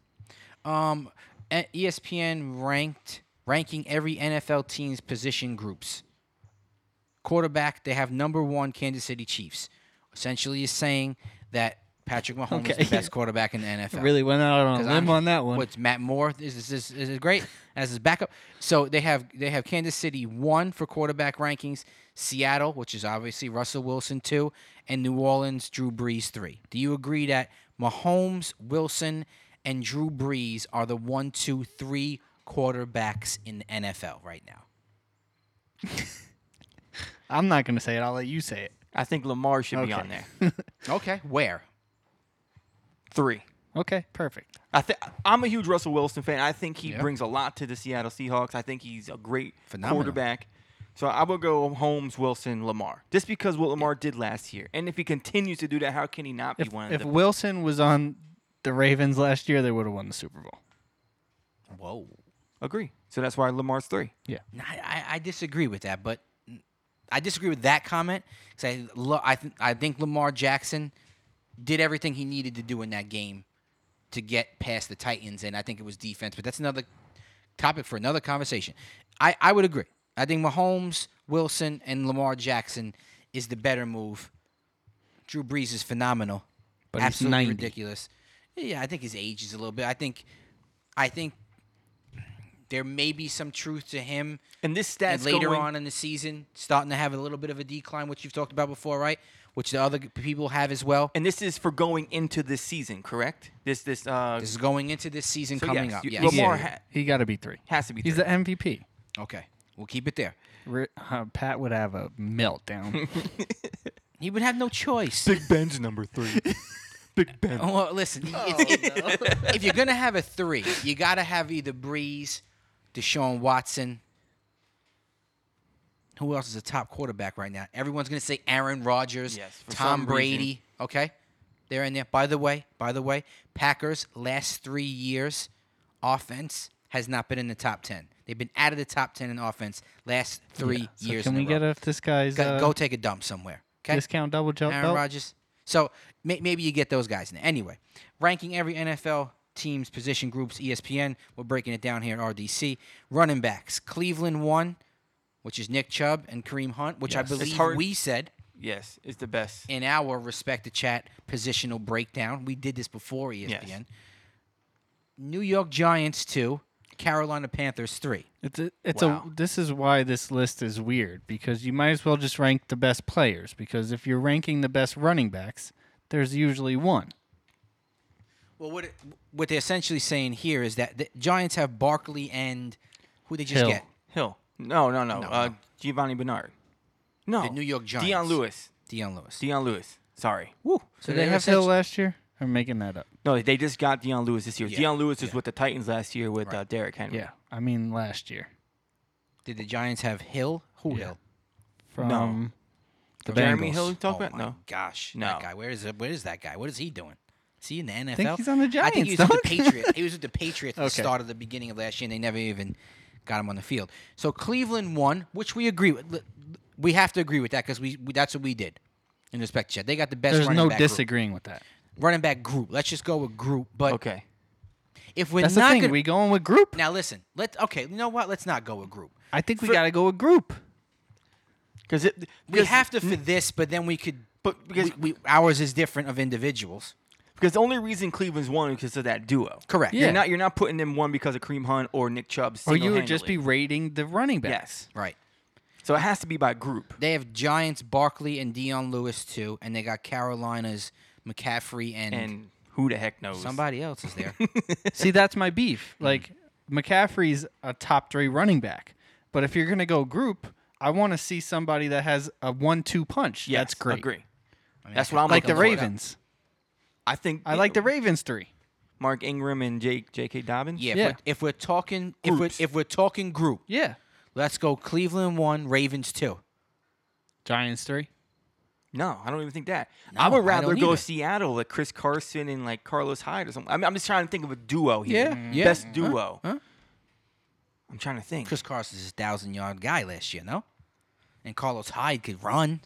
Speaker 1: Um, e- ESPN ranked ranking every NFL team's position groups. Quarterback, they have number one Kansas City Chiefs. Essentially, is saying that Patrick Mahomes
Speaker 3: Okay.
Speaker 1: is the best quarterback in the NFL.
Speaker 3: [laughs] Really went out on a
Speaker 1: 'Cause
Speaker 3: limb
Speaker 1: I'm-
Speaker 3: on that one.
Speaker 1: What's Matt Moore is is, is is great as his backup. So they have they have Kansas City one for quarterback rankings, Seattle, which is obviously Russell Wilson two, and New Orleans Drew Brees three. Do you agree that Mahomes, Wilson, and Drew Brees are the one, two, three quarterbacks in the NFL right now?
Speaker 3: I'm not going to say it. I'll let you say it.
Speaker 2: I think Lamar should be on there. [laughs]
Speaker 1: Okay, where?
Speaker 2: Three.
Speaker 3: Okay, perfect.
Speaker 2: I th- I'm a huge Russell Wilson fan. I think he
Speaker 1: Yeah.
Speaker 2: brings a lot to the Seattle Seahawks. I think he's a great
Speaker 1: Phenomenal.
Speaker 2: quarterback. So I will go Holmes, Wilson, Lamar, just because what Lamar did last year, and if he continues to do that, how can he not be
Speaker 3: If,
Speaker 2: one of
Speaker 3: if
Speaker 2: the?
Speaker 3: Wilson was on the Ravens last year, they would have won the Super Bowl.
Speaker 1: Whoa,
Speaker 2: Agree. So that's why Lamar's three.
Speaker 1: Nah, I, I disagree with that, but I disagree with that comment 'cause I lo- I, th- I think Lamar Jackson did everything he needed to do in that game to get past the Titans, and I think it was defense. But that's another topic for another conversation. I, I would agree. I think Mahomes, Wilson, and Lamar Jackson is the better move. Drew Brees is phenomenal,
Speaker 3: But he's
Speaker 1: absolutely
Speaker 3: 90.
Speaker 1: ridiculous. Yeah, I think his age is a little bit. I think, I think there may be some truth to him
Speaker 2: And this stats
Speaker 1: and later
Speaker 2: going-
Speaker 1: on in the season starting to have a little bit of a decline, which you've talked about before, right? Which the other g- people have as well.
Speaker 2: and this is for going into this season, correct? This this uh
Speaker 1: This is going into this season
Speaker 2: So
Speaker 1: coming
Speaker 2: yes,
Speaker 1: up.
Speaker 2: you-
Speaker 1: Yes.
Speaker 2: Lamar
Speaker 3: Yeah,
Speaker 2: ha-
Speaker 3: he got to be three.
Speaker 2: has to be.
Speaker 3: He's
Speaker 2: three.
Speaker 3: the MVP.
Speaker 1: Okay, we'll keep it there.
Speaker 3: Ri- uh, Pat would have a
Speaker 1: [laughs]
Speaker 3: meltdown.
Speaker 1: He would have no choice.
Speaker 2: Big Ben's
Speaker 1: [laughs]
Speaker 2: number three. Big Ben.
Speaker 1: Oh, well, listen, it's- [laughs] if you're gonna have a three, you gotta have either Breeze, Deshaun Watson. Who else is a top quarterback right now? Everyone's gonna say Aaron Rodgers,
Speaker 2: Yes, for
Speaker 1: Tom
Speaker 2: some
Speaker 1: Brady. Okay, they're in there. By the way, by the way, Packers last three years offense has not been in the top ten. They've been out of the top ten in offense last three
Speaker 3: So
Speaker 1: years.
Speaker 3: can
Speaker 1: in
Speaker 3: we
Speaker 1: a
Speaker 3: get
Speaker 1: row.
Speaker 3: off this guy's
Speaker 1: Go-
Speaker 3: uh,
Speaker 1: go take a dump somewhere? Okay,
Speaker 3: discount double jump
Speaker 1: Aaron
Speaker 3: belt?
Speaker 1: Rodgers. So may- maybe you get those guys in there. Anyway, ranking every NFL team's position groups, E ESPN. We're breaking it down here at RDC. Running backs: Cleveland one, which is Nick Chubb and Kareem Hunt, which I
Speaker 3: Yes. It's
Speaker 1: believe
Speaker 2: hard-
Speaker 1: we said
Speaker 2: yes, is the best.
Speaker 1: in our respect to chat positional breakdown. We did this before E ESPN. New York Giants two, Carolina Panthers three.
Speaker 3: It's a, it's
Speaker 2: Wow.
Speaker 3: a this is why this list is weird because you might as well just rank the best players because if you're ranking the best running backs, there's usually one.
Speaker 1: Well, what it, what they're essentially saying here is that the Giants have Barkley and who they just
Speaker 3: Hill.
Speaker 1: get
Speaker 2: Hill. No, no, no.
Speaker 1: No,
Speaker 2: uh,
Speaker 1: no.
Speaker 2: Giovanni Bernard. No.
Speaker 1: The New York
Speaker 2: Deion
Speaker 1: Giants.
Speaker 2: Lewis.
Speaker 1: Deion Lewis.
Speaker 2: Deion Lewis. Sorry.
Speaker 1: Woo. So
Speaker 3: Did they
Speaker 1: they're
Speaker 3: have Hill
Speaker 1: essentially-
Speaker 3: last year? I'm making that up.
Speaker 2: No, they just got Deion Lewis this year.
Speaker 1: Yeah,
Speaker 2: Deion Lewis is with the Titans last year with
Speaker 1: Right.
Speaker 2: uh, Derrick Henry.
Speaker 3: Yeah, I mean last year
Speaker 1: Did the Giants have Hill? Who
Speaker 3: Yeah.
Speaker 1: Hill?
Speaker 3: from the
Speaker 2: Jeremy
Speaker 3: Bengals.
Speaker 2: Hill you talk
Speaker 1: oh
Speaker 2: about?
Speaker 1: my
Speaker 2: No.
Speaker 1: gosh,
Speaker 2: No.
Speaker 1: that guy. Where is it? Where is that guy? What is he doing? Is he in the NFL? I
Speaker 3: he's on the
Speaker 1: think he
Speaker 3: Giants,
Speaker 1: was with the
Speaker 3: dog.
Speaker 1: Patriots. He was with the Patriots at the
Speaker 3: Okay.
Speaker 1: start of the beginning of last year, and they never even got him on the field. So Cleveland won, which we agree with. L- We have to agree with that because we, we that's what we did in respect to that. They got the best
Speaker 3: There's
Speaker 1: running
Speaker 3: no
Speaker 1: back
Speaker 3: disagreeing with that.
Speaker 1: group. running back group. Let's just go with group. But
Speaker 2: Okay.
Speaker 1: if we're
Speaker 3: That's the
Speaker 1: not
Speaker 3: thing.
Speaker 1: gonna,
Speaker 3: we going with group.
Speaker 1: now listen. Let okay. You know what? Let's not go with group.
Speaker 3: I think we got to go with group.
Speaker 2: Because it.
Speaker 1: We have to for this, but then we could.
Speaker 2: But because
Speaker 1: we, we, ours is different of individuals.
Speaker 2: because the only reason Cleveland's won is because of that duo.
Speaker 1: Correct.
Speaker 3: Yeah.
Speaker 2: You're not you're not putting them one because of Kareem Hunt or Nick Chubb.
Speaker 3: Or you would just be rating the running backs.
Speaker 2: yes.
Speaker 1: Right.
Speaker 2: So it has to be by group.
Speaker 1: They have Giants, Barkley, and Dion Lewis too, and they got Carolina's McCaffrey and,
Speaker 2: And who the heck knows?
Speaker 1: Mm. somebody else is [laughs] there.
Speaker 3: See, that's my beef. Like McCaffrey's a top three running back, but if you're gonna go group, I want to see somebody that has a one-two punch.
Speaker 2: Yes,
Speaker 3: that's great.
Speaker 2: Agree.
Speaker 1: I mean,
Speaker 2: That's
Speaker 1: I
Speaker 2: what
Speaker 1: could
Speaker 2: I'm
Speaker 1: pick
Speaker 3: like the
Speaker 1: them for that.
Speaker 3: Ravens.
Speaker 2: I think
Speaker 3: I like the Ravens three.
Speaker 2: Mark Ingram and Jake J.K. Dobbins.
Speaker 1: Yeah, if,
Speaker 3: Yeah.
Speaker 1: We're, if we're talking, if we're,
Speaker 2: Groups.
Speaker 1: if we're talking group,
Speaker 3: Yeah,
Speaker 1: let's go Cleveland one, Ravens two.
Speaker 3: Giants three.
Speaker 2: No, I don't even think that.
Speaker 1: No,
Speaker 2: I
Speaker 1: I
Speaker 2: would rather
Speaker 1: don't
Speaker 2: go
Speaker 1: either.
Speaker 2: Seattle like Chris Carson and like Carlos Hyde or something. I mean, I'm just trying to think of a duo here. Mm-hmm.
Speaker 3: Yeah,
Speaker 1: yeah.
Speaker 2: Best duo. I'm trying to think.
Speaker 1: Chris Carson's a thousand yard guy last year, no? And Carlos Hyde could run.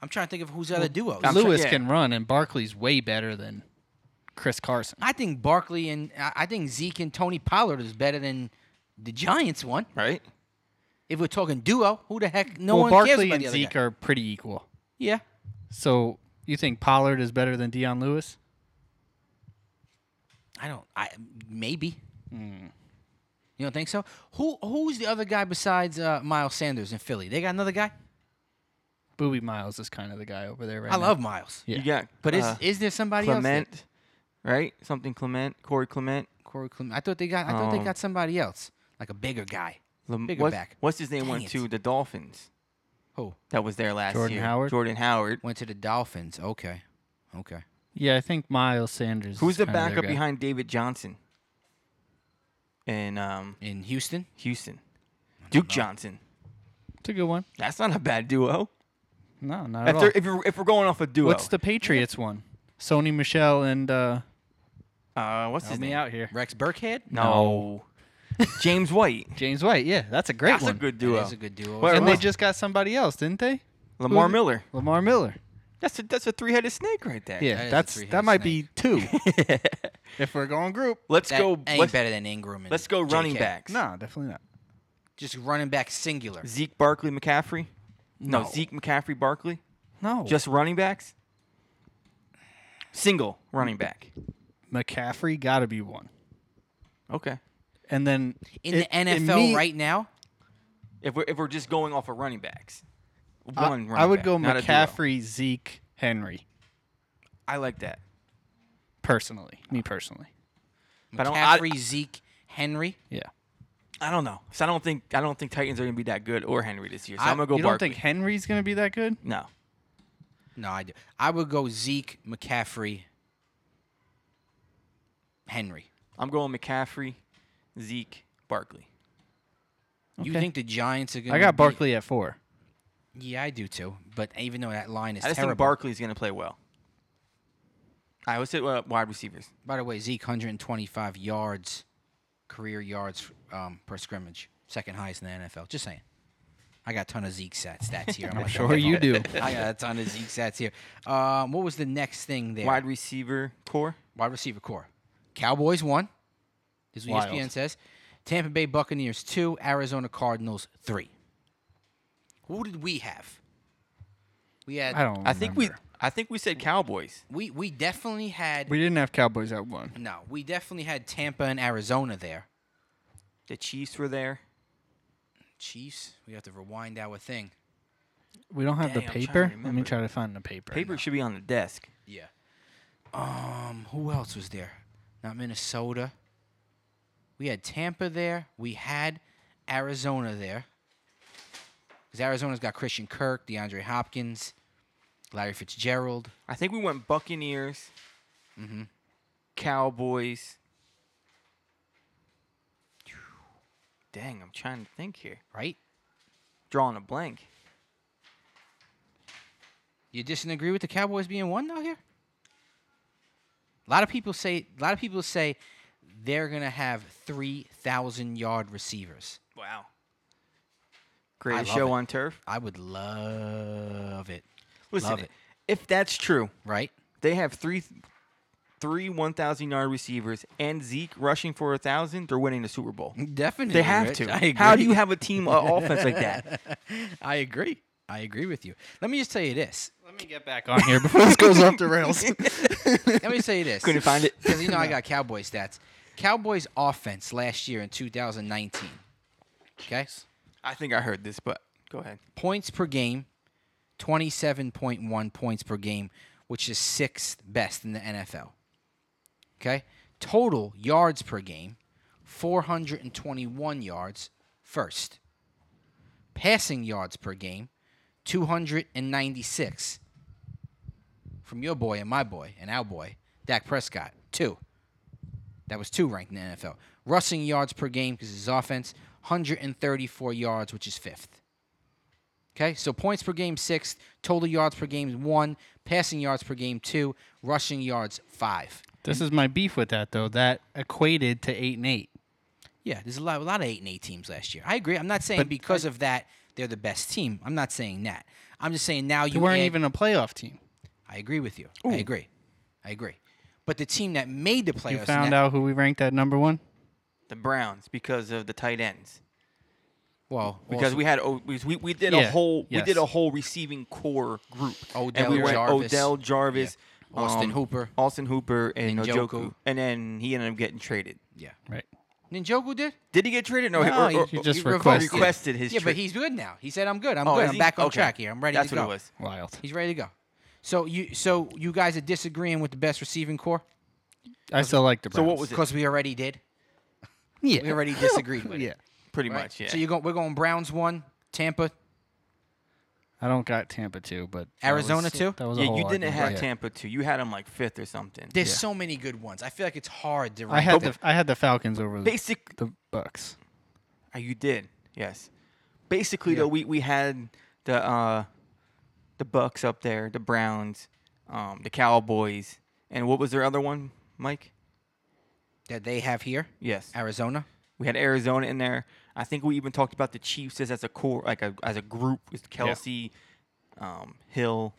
Speaker 1: I'm trying to think of who's the other duos.
Speaker 2: I'm sure-
Speaker 3: Lewis
Speaker 2: yeah.
Speaker 3: can run, and Barkley's way better than Chris Carson.
Speaker 1: I think Barkley and I I think Zeke and Tony Pollard is better than the Giants one.
Speaker 2: right?
Speaker 1: If we're talking duo, who the heck? No
Speaker 3: well,
Speaker 1: one cares
Speaker 3: Barkley
Speaker 1: about
Speaker 3: and
Speaker 1: the other
Speaker 3: Zeke
Speaker 1: guy.
Speaker 3: are pretty equal.
Speaker 1: Yeah,
Speaker 3: So you think Pollard is better than Dion Lewis?
Speaker 1: I don't. I maybe.
Speaker 2: Mm.
Speaker 1: You don't think so? Who who's the other guy besides uh, Miles Sanders in Philly? They got another guy.
Speaker 3: Booby Miles is kind of the guy over there right
Speaker 1: I
Speaker 3: now.
Speaker 1: love Miles.
Speaker 3: Yeah.
Speaker 2: You got
Speaker 1: But is
Speaker 2: uh,
Speaker 1: is there somebody else?
Speaker 2: Clement, right? Something Clement, Corey Clement.
Speaker 1: that- Corey Clement. I thought they got. I thought they
Speaker 2: Um,
Speaker 1: got somebody else, like a bigger guy,
Speaker 2: Lam-
Speaker 1: bigger
Speaker 2: what-
Speaker 1: back.
Speaker 2: What's his name
Speaker 1: Dang
Speaker 2: went
Speaker 1: it.
Speaker 2: to the Dolphins?
Speaker 1: Who
Speaker 2: That was there last
Speaker 3: Jordan
Speaker 2: year.
Speaker 3: Howard?
Speaker 2: Jordan Howard.
Speaker 1: went to the Dolphins? Okay, okay.
Speaker 3: Yeah, I think Miles Sanders.
Speaker 2: Who's
Speaker 3: is
Speaker 2: the
Speaker 3: kinda their
Speaker 2: backup
Speaker 3: guy.
Speaker 2: behind David Johnson? In um,
Speaker 1: In Houston,
Speaker 2: Houston, Duke Johnson.
Speaker 3: It's a good one.
Speaker 2: That's not a bad duo.
Speaker 3: No, not
Speaker 2: If,
Speaker 3: at all.
Speaker 2: they're- if, you're, if we're going off a duo,
Speaker 3: What's the Patriots one? Sony Michelle and uh,
Speaker 2: uh, what's his
Speaker 3: help me
Speaker 2: name?
Speaker 3: out here.
Speaker 1: Rex Burkhead.
Speaker 2: No, [laughs] James White.
Speaker 3: James White. Yeah, that's a great
Speaker 2: That's
Speaker 3: one.
Speaker 2: a good duo.
Speaker 1: That is a good duo.
Speaker 2: Where-
Speaker 3: and they just got somebody else, didn't they?
Speaker 2: Lamar
Speaker 3: who-
Speaker 2: Miller.
Speaker 3: Lamar Miller.
Speaker 2: That's a that's a three-headed snake right there.
Speaker 3: Yeah,
Speaker 1: That is a
Speaker 3: that's
Speaker 1: three-headed
Speaker 3: that might be two. [laughs] if we're going group.
Speaker 2: [laughs] Let's
Speaker 1: That
Speaker 2: go.
Speaker 1: ain't
Speaker 2: let's,
Speaker 1: better than Ingram. and
Speaker 2: let's go
Speaker 1: JK.
Speaker 2: running backs.
Speaker 4: No, definitely not.
Speaker 1: Just running back singular.
Speaker 2: Zeke Barkley McCaffrey. No, Zeke McCaffrey Barkley.
Speaker 3: No.
Speaker 2: Just running backs. Single running
Speaker 3: [laughs]
Speaker 2: back.
Speaker 3: McCaffrey got to be one.
Speaker 2: Okay.
Speaker 3: And then
Speaker 1: In
Speaker 3: it-
Speaker 1: the NFL
Speaker 3: imme-
Speaker 1: right now,
Speaker 2: If we're if we're just going off of running backs, one.
Speaker 3: I,
Speaker 2: running
Speaker 3: I would
Speaker 2: back,
Speaker 3: go
Speaker 2: not a duo.
Speaker 3: McCaffrey, Zeke, Henry.
Speaker 2: I like that.
Speaker 3: Personally, me personally.
Speaker 2: But I don't- I-
Speaker 1: McCaffrey, Zeke, Henry.
Speaker 3: Yeah.
Speaker 2: I don't know. So I don't think I don't think Titans are gonna be that good or Henry this year. So I,
Speaker 1: I-
Speaker 2: am gonna go
Speaker 3: you don't
Speaker 2: Barkley.
Speaker 3: think Henry's going to be that good?
Speaker 2: no.
Speaker 1: No, I do. I would go Zeke, McCaffrey, Henry.
Speaker 2: I'm going McCaffrey, Zeke, Barkley.
Speaker 1: You
Speaker 3: Okay.
Speaker 1: think the Giants are going?
Speaker 3: I got Barkley at four.
Speaker 1: Yeah, I do too. But even though that line is
Speaker 2: I just
Speaker 1: terrible,
Speaker 2: think Barkley's gonna play well. I would say uh, wide receivers.
Speaker 1: By the way, Zeke 125 yards, career yards um, per scrimmage, second highest in the NFL. Just saying. I got a ton of Zeke stat, stats
Speaker 3: [laughs]
Speaker 1: here. I'm like,
Speaker 3: Sure you do.
Speaker 1: I got a ton of Zeke stats here. Um, what was the next thing there?
Speaker 2: Wide receiver core.
Speaker 1: Wide receiver core. Cowboys one. This is what E
Speaker 3: Wild.
Speaker 1: ESPN says. Tampa Bay Buccaneers two. Arizona Cardinals three. Who did we have? We had.
Speaker 3: I don't
Speaker 2: I think we
Speaker 3: remember.
Speaker 2: I think we said Cowboys.
Speaker 1: We we definitely had.
Speaker 3: We didn't have Cowboys at one.
Speaker 1: no, we definitely had Tampa and Arizona there.
Speaker 2: The Chiefs were there.
Speaker 1: Chiefs. We have to rewind our thing.
Speaker 3: We don't have
Speaker 2: Dang, I'm
Speaker 3: the
Speaker 2: trying to
Speaker 3: paper. Let me
Speaker 2: remember.
Speaker 3: try to find the paper.
Speaker 2: Paper should be on the desk.
Speaker 1: Yeah. Um. Who else was there? Not Minnesota. We had Tampa there. We had Arizona there. Because Arizona's got Christian Kirk, DeAndre Hopkins, Larry Fitzgerald.
Speaker 2: I think we went Buccaneers,
Speaker 1: Mm-hmm.
Speaker 2: Cowboys. Dang, I'm trying to think here.
Speaker 1: Right?
Speaker 2: Drawing a blank.
Speaker 1: You disagree with the Cowboys being one though here? A lot of people say. A lot of people say they're gonna have three thousand yard receivers.
Speaker 2: Wow. Greatest
Speaker 1: love
Speaker 2: show
Speaker 1: it.
Speaker 2: on turf.
Speaker 1: I would love it.
Speaker 2: Listen,
Speaker 1: Love it.
Speaker 2: if that's true,
Speaker 1: Right?
Speaker 2: they have three, three 1,000 yard receivers and Zeke rushing for a thousand. They're winning the
Speaker 1: [laughs]
Speaker 2: Super Bowl.
Speaker 1: Definitely.
Speaker 2: They have
Speaker 1: Rich.
Speaker 2: to.
Speaker 1: I agree.
Speaker 2: How do you have a team uh, offense
Speaker 1: [laughs]
Speaker 2: like that?
Speaker 1: I agree. I agree with you. Let me just tell you this.
Speaker 3: Let me get back on
Speaker 2: [laughs]
Speaker 3: here before this goes off the rails.
Speaker 1: Let me say this.
Speaker 2: Couldn't find
Speaker 1: [laughs]
Speaker 2: it.
Speaker 1: Because you know I got Cowboy stats. Cowboys offense last year in 2019. Okay.
Speaker 2: I think I heard this, but go ahead.
Speaker 1: Points per game, 27.1 points per game, which is sixth best in the NFL. Okay. Total yards per game, 421 yards, first. Passing yards per game, 296. from your boy and my boy and our boy, Dak Prescott. Two. That was two ranked in the NFL. Rushing yards per game because his offense, 134 yards, which is fifth. Okay, so points per game sixth, total yards per game one, passing yards per game two, rushing yards five.
Speaker 5: This is my beef with that though. That equated to eight and eight.
Speaker 1: Yeah, there's a lot, a lot of eight and eight teams last year. I agree. I'm not saying because of that they're the best team. I'm not saying that. I'm just saying now
Speaker 5: They
Speaker 1: you
Speaker 5: weren't
Speaker 1: add-
Speaker 5: even a playoff team.
Speaker 1: I agree with you. I agree. I agree. But the team that made the playoffs
Speaker 5: You
Speaker 1: and
Speaker 5: found
Speaker 1: that-
Speaker 5: out who we ranked at number one.
Speaker 2: The Browns because of the tight ends.
Speaker 1: well
Speaker 2: Because we had O- we we, we did a
Speaker 5: Yeah,
Speaker 2: whole we did
Speaker 5: yes.
Speaker 2: a whole receiving core group.
Speaker 1: Odell
Speaker 2: and we went
Speaker 1: Jarvis.
Speaker 2: Odell Jarvis,
Speaker 1: Yeah. Austin
Speaker 2: um,
Speaker 1: Hooper.
Speaker 2: Austin Hooper, and
Speaker 1: Njoku.
Speaker 2: Njoku. and then he ended up getting traded.
Speaker 1: yeah.
Speaker 5: Right.
Speaker 1: Ninjoku did. Oh,
Speaker 2: Did he get traded? No,
Speaker 1: No,
Speaker 2: he, or,
Speaker 5: he
Speaker 2: or-
Speaker 5: just
Speaker 2: or-
Speaker 5: requested.
Speaker 2: requested his.
Speaker 1: Yeah, but
Speaker 2: trade.
Speaker 1: he's good now. He said, "I'm good. I'm
Speaker 2: Oh,
Speaker 1: good.
Speaker 2: is
Speaker 1: I'm
Speaker 2: he?
Speaker 1: back on
Speaker 2: Okay.
Speaker 1: track here. I'm ready
Speaker 2: That's
Speaker 1: to
Speaker 2: what
Speaker 1: go."
Speaker 2: it was.
Speaker 5: Wild.
Speaker 1: He's ready to go. So you, so you guys are disagreeing with the best receiving core
Speaker 5: I still like the Browns.
Speaker 2: So what was it?
Speaker 1: because we already
Speaker 2: [laughs]
Speaker 1: did.
Speaker 5: Yeah.
Speaker 1: We already disagreed with it.
Speaker 4: Yeah.
Speaker 2: Pretty
Speaker 1: right?
Speaker 2: much. Yeah.
Speaker 1: So you go, we're going Browns one, Tampa,
Speaker 5: I don't got Tampa two, but that
Speaker 1: Arizona
Speaker 5: was-
Speaker 1: two?
Speaker 5: That was a
Speaker 2: yeah,
Speaker 5: whole
Speaker 2: you didn't
Speaker 5: argument.
Speaker 2: have
Speaker 5: Yeah.
Speaker 2: Tampa too. You had him like fifth or something.
Speaker 1: There's so many good ones. I feel like it's hard to.
Speaker 5: I
Speaker 1: rank
Speaker 5: had
Speaker 1: them.
Speaker 5: the I had the Falcons over the,
Speaker 2: Basic.
Speaker 5: the Bucks.
Speaker 2: Uh, you did. Yes. Basically, though, we, we had the uh, the Bucks up there, the Browns, um, the Cowboys, and what was their other one, Mike?
Speaker 1: that they have here,
Speaker 2: Yes.
Speaker 1: Arizona.
Speaker 2: We had Arizona in there. I think we even talked about the Chiefs as, as a core, like a, as a group with Kelsey, um, Hill,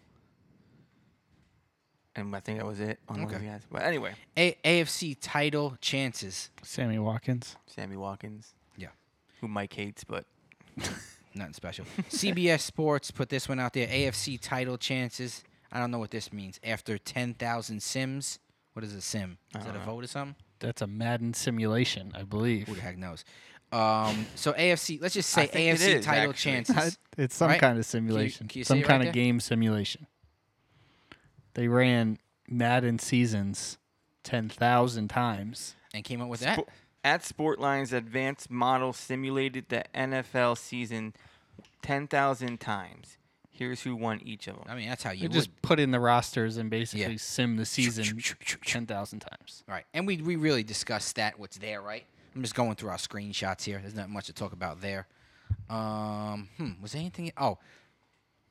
Speaker 2: and I think that was it. on those
Speaker 1: Okay.
Speaker 2: guys. But anyway,
Speaker 1: A- AFC title chances.
Speaker 5: Sammy Watkins.
Speaker 2: Sammy Watkins,
Speaker 1: Yeah.
Speaker 2: who Mike hates, but
Speaker 5: [laughs]
Speaker 1: Nothing special. CBS Sports put this one out there. AFC title chances. I don't know what this means. After 10,000 Sims. What is a Sim? Is that a vote or something?
Speaker 5: That's a Madden simulation, I believe.
Speaker 1: Who the heck knows? Um, so AFC, let's just
Speaker 2: I
Speaker 1: say
Speaker 2: think it
Speaker 1: AFC
Speaker 2: is,
Speaker 1: title
Speaker 2: actually.
Speaker 5: I-
Speaker 2: [laughs]
Speaker 1: chances.
Speaker 5: it's some
Speaker 1: Right?
Speaker 5: kind of simulation,
Speaker 1: can you see
Speaker 5: some
Speaker 1: it right
Speaker 5: kind
Speaker 1: there?
Speaker 5: of game simulation. They ran Madden seasons ten thousand times.
Speaker 1: and came up with that.
Speaker 2: Spo- At Sportline's advanced model simulated the NFL season 10,000 times. Here's who won each of them.
Speaker 1: I mean, that's how you
Speaker 5: They
Speaker 1: would.
Speaker 5: just put in the rosters and basically sim the season ten thousand times.
Speaker 1: All right. And we, we really discussed that, what's there, right? I'm just going through our screenshots here. There's not much to talk about there. Um, hmm, was there anything? Oh,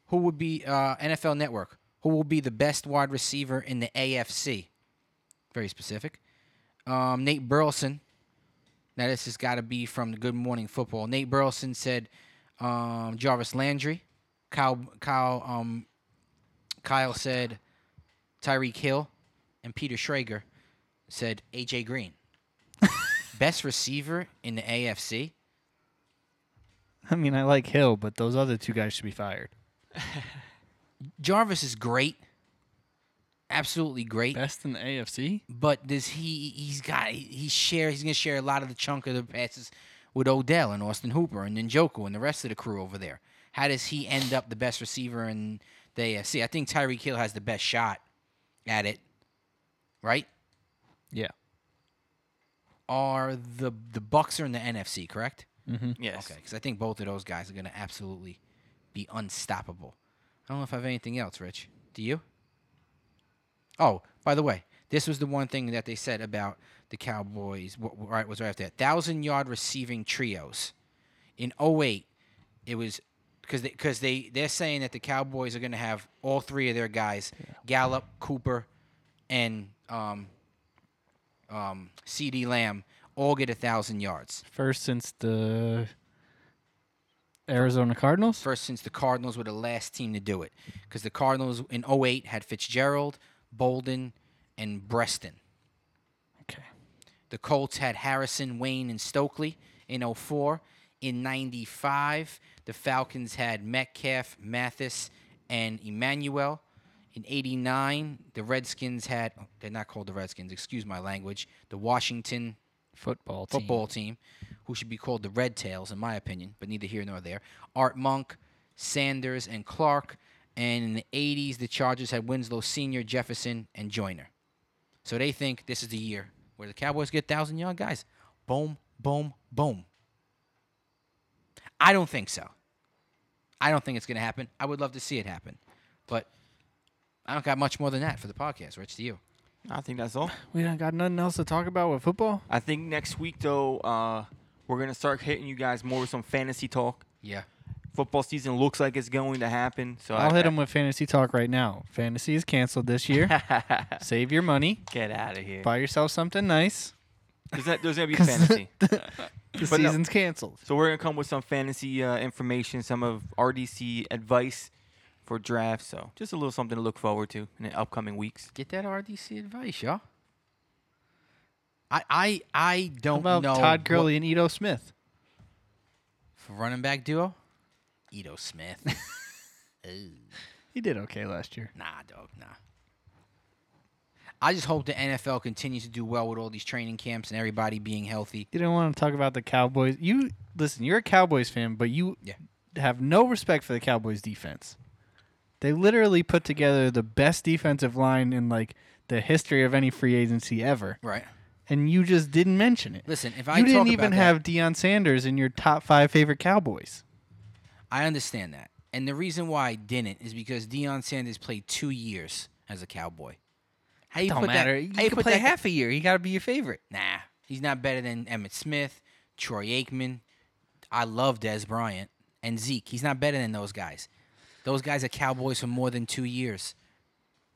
Speaker 1: who would be uh, NFL Network? Who will be the best wide receiver in the AFC? Very specific. Um, Nate Burleson. Now, this has got to be from the Good Morning Football. Nate Burleson said um, Jarvis Landry. Kyle, Kyle, um, Kyle said Tyreek Hill. And Peter Schrager said AJ Green. [laughs] Best receiver in the AFC?
Speaker 5: I mean, I like Hill, but those other two guys should be fired.
Speaker 1: Jarvis is great. Absolutely great.
Speaker 5: Best in the AFC.
Speaker 1: But does he he's got he share he's gonna share a lot of the chunk of the passes with Odell and Austin Hooper and Njoku and the rest of the crew over there. How does he end up the best receiver in the AFC? I think Tyreek Hill has the best shot at it. Right?
Speaker 5: Yeah.
Speaker 1: Are the the Bucks are in the NFC, correct?
Speaker 2: yes.
Speaker 1: Okay, because I think both of those guys are going to absolutely be unstoppable. I don't know if I have anything else, Rich. Do you? Oh, by the way, this was the one thing that they said about the Cowboys. What, right was right after that thousand yard receiving trios in 08, It was because they, cause they they're saying that the Cowboys are going to have all three of their guys: Gallup, Cooper, and um, um, C.D. Lamb. All get a thousand yards.
Speaker 5: First since the Arizona Cardinals.
Speaker 1: first since the Cardinals were the last team to do it. Because the Cardinals in 08 had Fitzgerald, Bolden, and Breston.
Speaker 5: Okay.
Speaker 1: The Colts had Harrison, Wayne, and Stokely in 04. In 95, the Falcons had Metcalf, Mathis, and Emmanuel. In 89, the Redskins had, they're not called the Redskins, excuse my language, the Washington
Speaker 5: Football team.
Speaker 1: football team, who should be called the Red Tails, in my opinion, but neither here nor there. Art Monk, Sanders, and Clark. And in the 80s, the Chargers had Winslow Sr., Jefferson, and Joyner. So they think this is the year where the Cowboys get 1,000 yard guys. Boom, boom, boom. I don't think so. I don't think it's going to happen. I would love to see it happen. But I don't got much more than that for the podcast. Rich, to you.
Speaker 2: I think that's all.
Speaker 3: We don't got nothing else to talk about with football.
Speaker 2: I think next week though, uh, we're gonna start hitting you guys more with some fantasy talk.
Speaker 1: Yeah.
Speaker 2: Football season looks like it's going to happen. So
Speaker 3: I'll
Speaker 2: I,
Speaker 3: hit him with fantasy talk right now. Fantasy is canceled
Speaker 1: [laughs]
Speaker 3: this year. Save your money.
Speaker 2: Get out of here.
Speaker 3: Buy yourself something nice.
Speaker 2: There's, not, there's gonna
Speaker 3: [laughs]
Speaker 2: be fantasy.
Speaker 3: The
Speaker 2: But no-
Speaker 3: season's canceled.
Speaker 2: So we're gonna come with some fantasy uh, information, some of RDC advice for drafts. So just a little something to look forward to in the upcoming weeks.
Speaker 1: Get that RDC advice, y'all. I I I don't
Speaker 3: How about
Speaker 1: know
Speaker 3: Todd
Speaker 1: what-
Speaker 3: Gurley and Edo Smith?
Speaker 1: for running back duo. Edo Smith. [laughs] Ooh.
Speaker 6: He did okay last year.
Speaker 1: Nah, dog, nah. I just hope the NFL continues to do well with all these training camps and everybody being healthy.
Speaker 3: You don't want to talk about the Cowboys. You listen. You're a Cowboys fan, but you
Speaker 1: Yeah.
Speaker 3: have no respect for the Cowboys defense. They literally put together the best defensive line in like the history of any free agency ever,
Speaker 1: Right.
Speaker 3: and you just didn't mention it.
Speaker 1: Listen, if
Speaker 3: you
Speaker 1: I
Speaker 3: didn't
Speaker 1: talk
Speaker 3: even
Speaker 1: about that-
Speaker 3: have Deion Sanders in your top five favorite Cowboys.
Speaker 1: I understand that. And the reason why I didn't is because Deion Sanders played two years as a cowboy. How you
Speaker 3: Don't
Speaker 1: put
Speaker 3: matter.
Speaker 1: that?
Speaker 3: You
Speaker 1: how you
Speaker 3: could
Speaker 1: put
Speaker 3: play
Speaker 1: that-
Speaker 3: half a year. You got to be your favorite.
Speaker 1: Nah, he's not better than Emmett Smith, Troy Aikman. I love Des Bryant and Zeke. He's not better than those guys. Those guys are Cowboys for more than two years.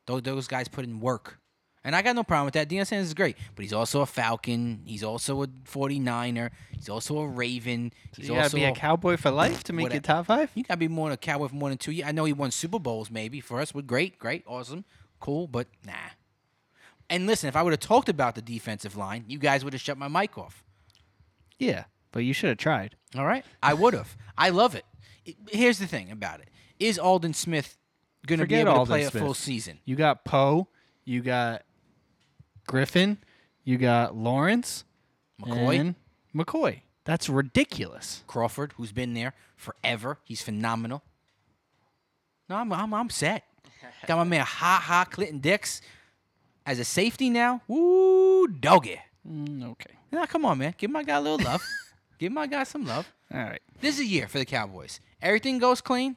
Speaker 1: Those, those guys put in work. And I got no problem with that. Deion Sanders is great, but he's also a Falcon. He's also a 49er. He's also a Raven. He's
Speaker 3: you got to
Speaker 1: also
Speaker 3: be a Cowboy for life to make
Speaker 1: Whatever.
Speaker 3: it top five.
Speaker 1: You gotta be more than a cowboy for more than two years. I know he won Super Bowls, maybe for us. We're great, great, awesome, cool, but nah. And listen, if I would have talked about the defensive line, you guys would have shut my mic off.
Speaker 3: Yeah, but you should have tried.
Speaker 1: All right, I would have. I love it. I- Here's the thing about it: is Alden Smith gonna
Speaker 3: Forget
Speaker 1: be able
Speaker 3: Aldon
Speaker 1: to play
Speaker 3: Smith.
Speaker 1: a full season?
Speaker 3: You got Poe. You got Griffin. You got Lawrence.
Speaker 1: McCoy?
Speaker 3: and McCoy. That's ridiculous.
Speaker 1: Crawford, who's been there forever, he's phenomenal. No, I'm I'm, I'm set. Got my man Ha Ha Clinton Dix as a safety now. Woo, doggy.
Speaker 3: Mm, okay.
Speaker 1: Nah, come on, man. Give my guy a little
Speaker 3: [laughs]
Speaker 1: love. Give my guy some love.
Speaker 3: All right.
Speaker 1: This is a year for the Cowboys. Everything goes clean.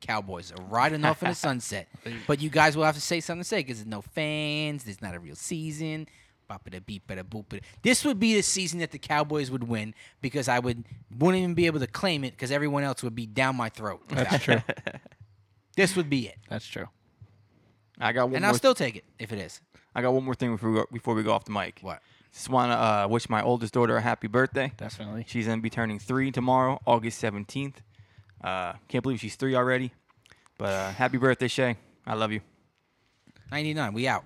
Speaker 1: Cowboys are riding off
Speaker 3: [laughs]
Speaker 1: in the sunset. But you guys will have to say something to say because there's no fans. There's not a real season. Bop-a-da, beep-a-da, boop-a-da. This would be the season that the Cowboys would win because I would wouldn't even be able to claim it because everyone else would be down my throat.
Speaker 3: That's true.
Speaker 1: [laughs] This would be it,
Speaker 3: That's true.
Speaker 2: I got one.
Speaker 1: and
Speaker 2: more
Speaker 1: I'll still take it if it is.
Speaker 2: I got one more thing before we go, before we go off the mic.
Speaker 1: What?
Speaker 2: Just want to uh, wish my oldest daughter a happy birthday.
Speaker 3: Definitely.
Speaker 2: She's gonna be turning three tomorrow, August seventeenth. Uh, can't believe she's three already. But uh, happy birthday, Shay. I love you.
Speaker 1: 99. We out.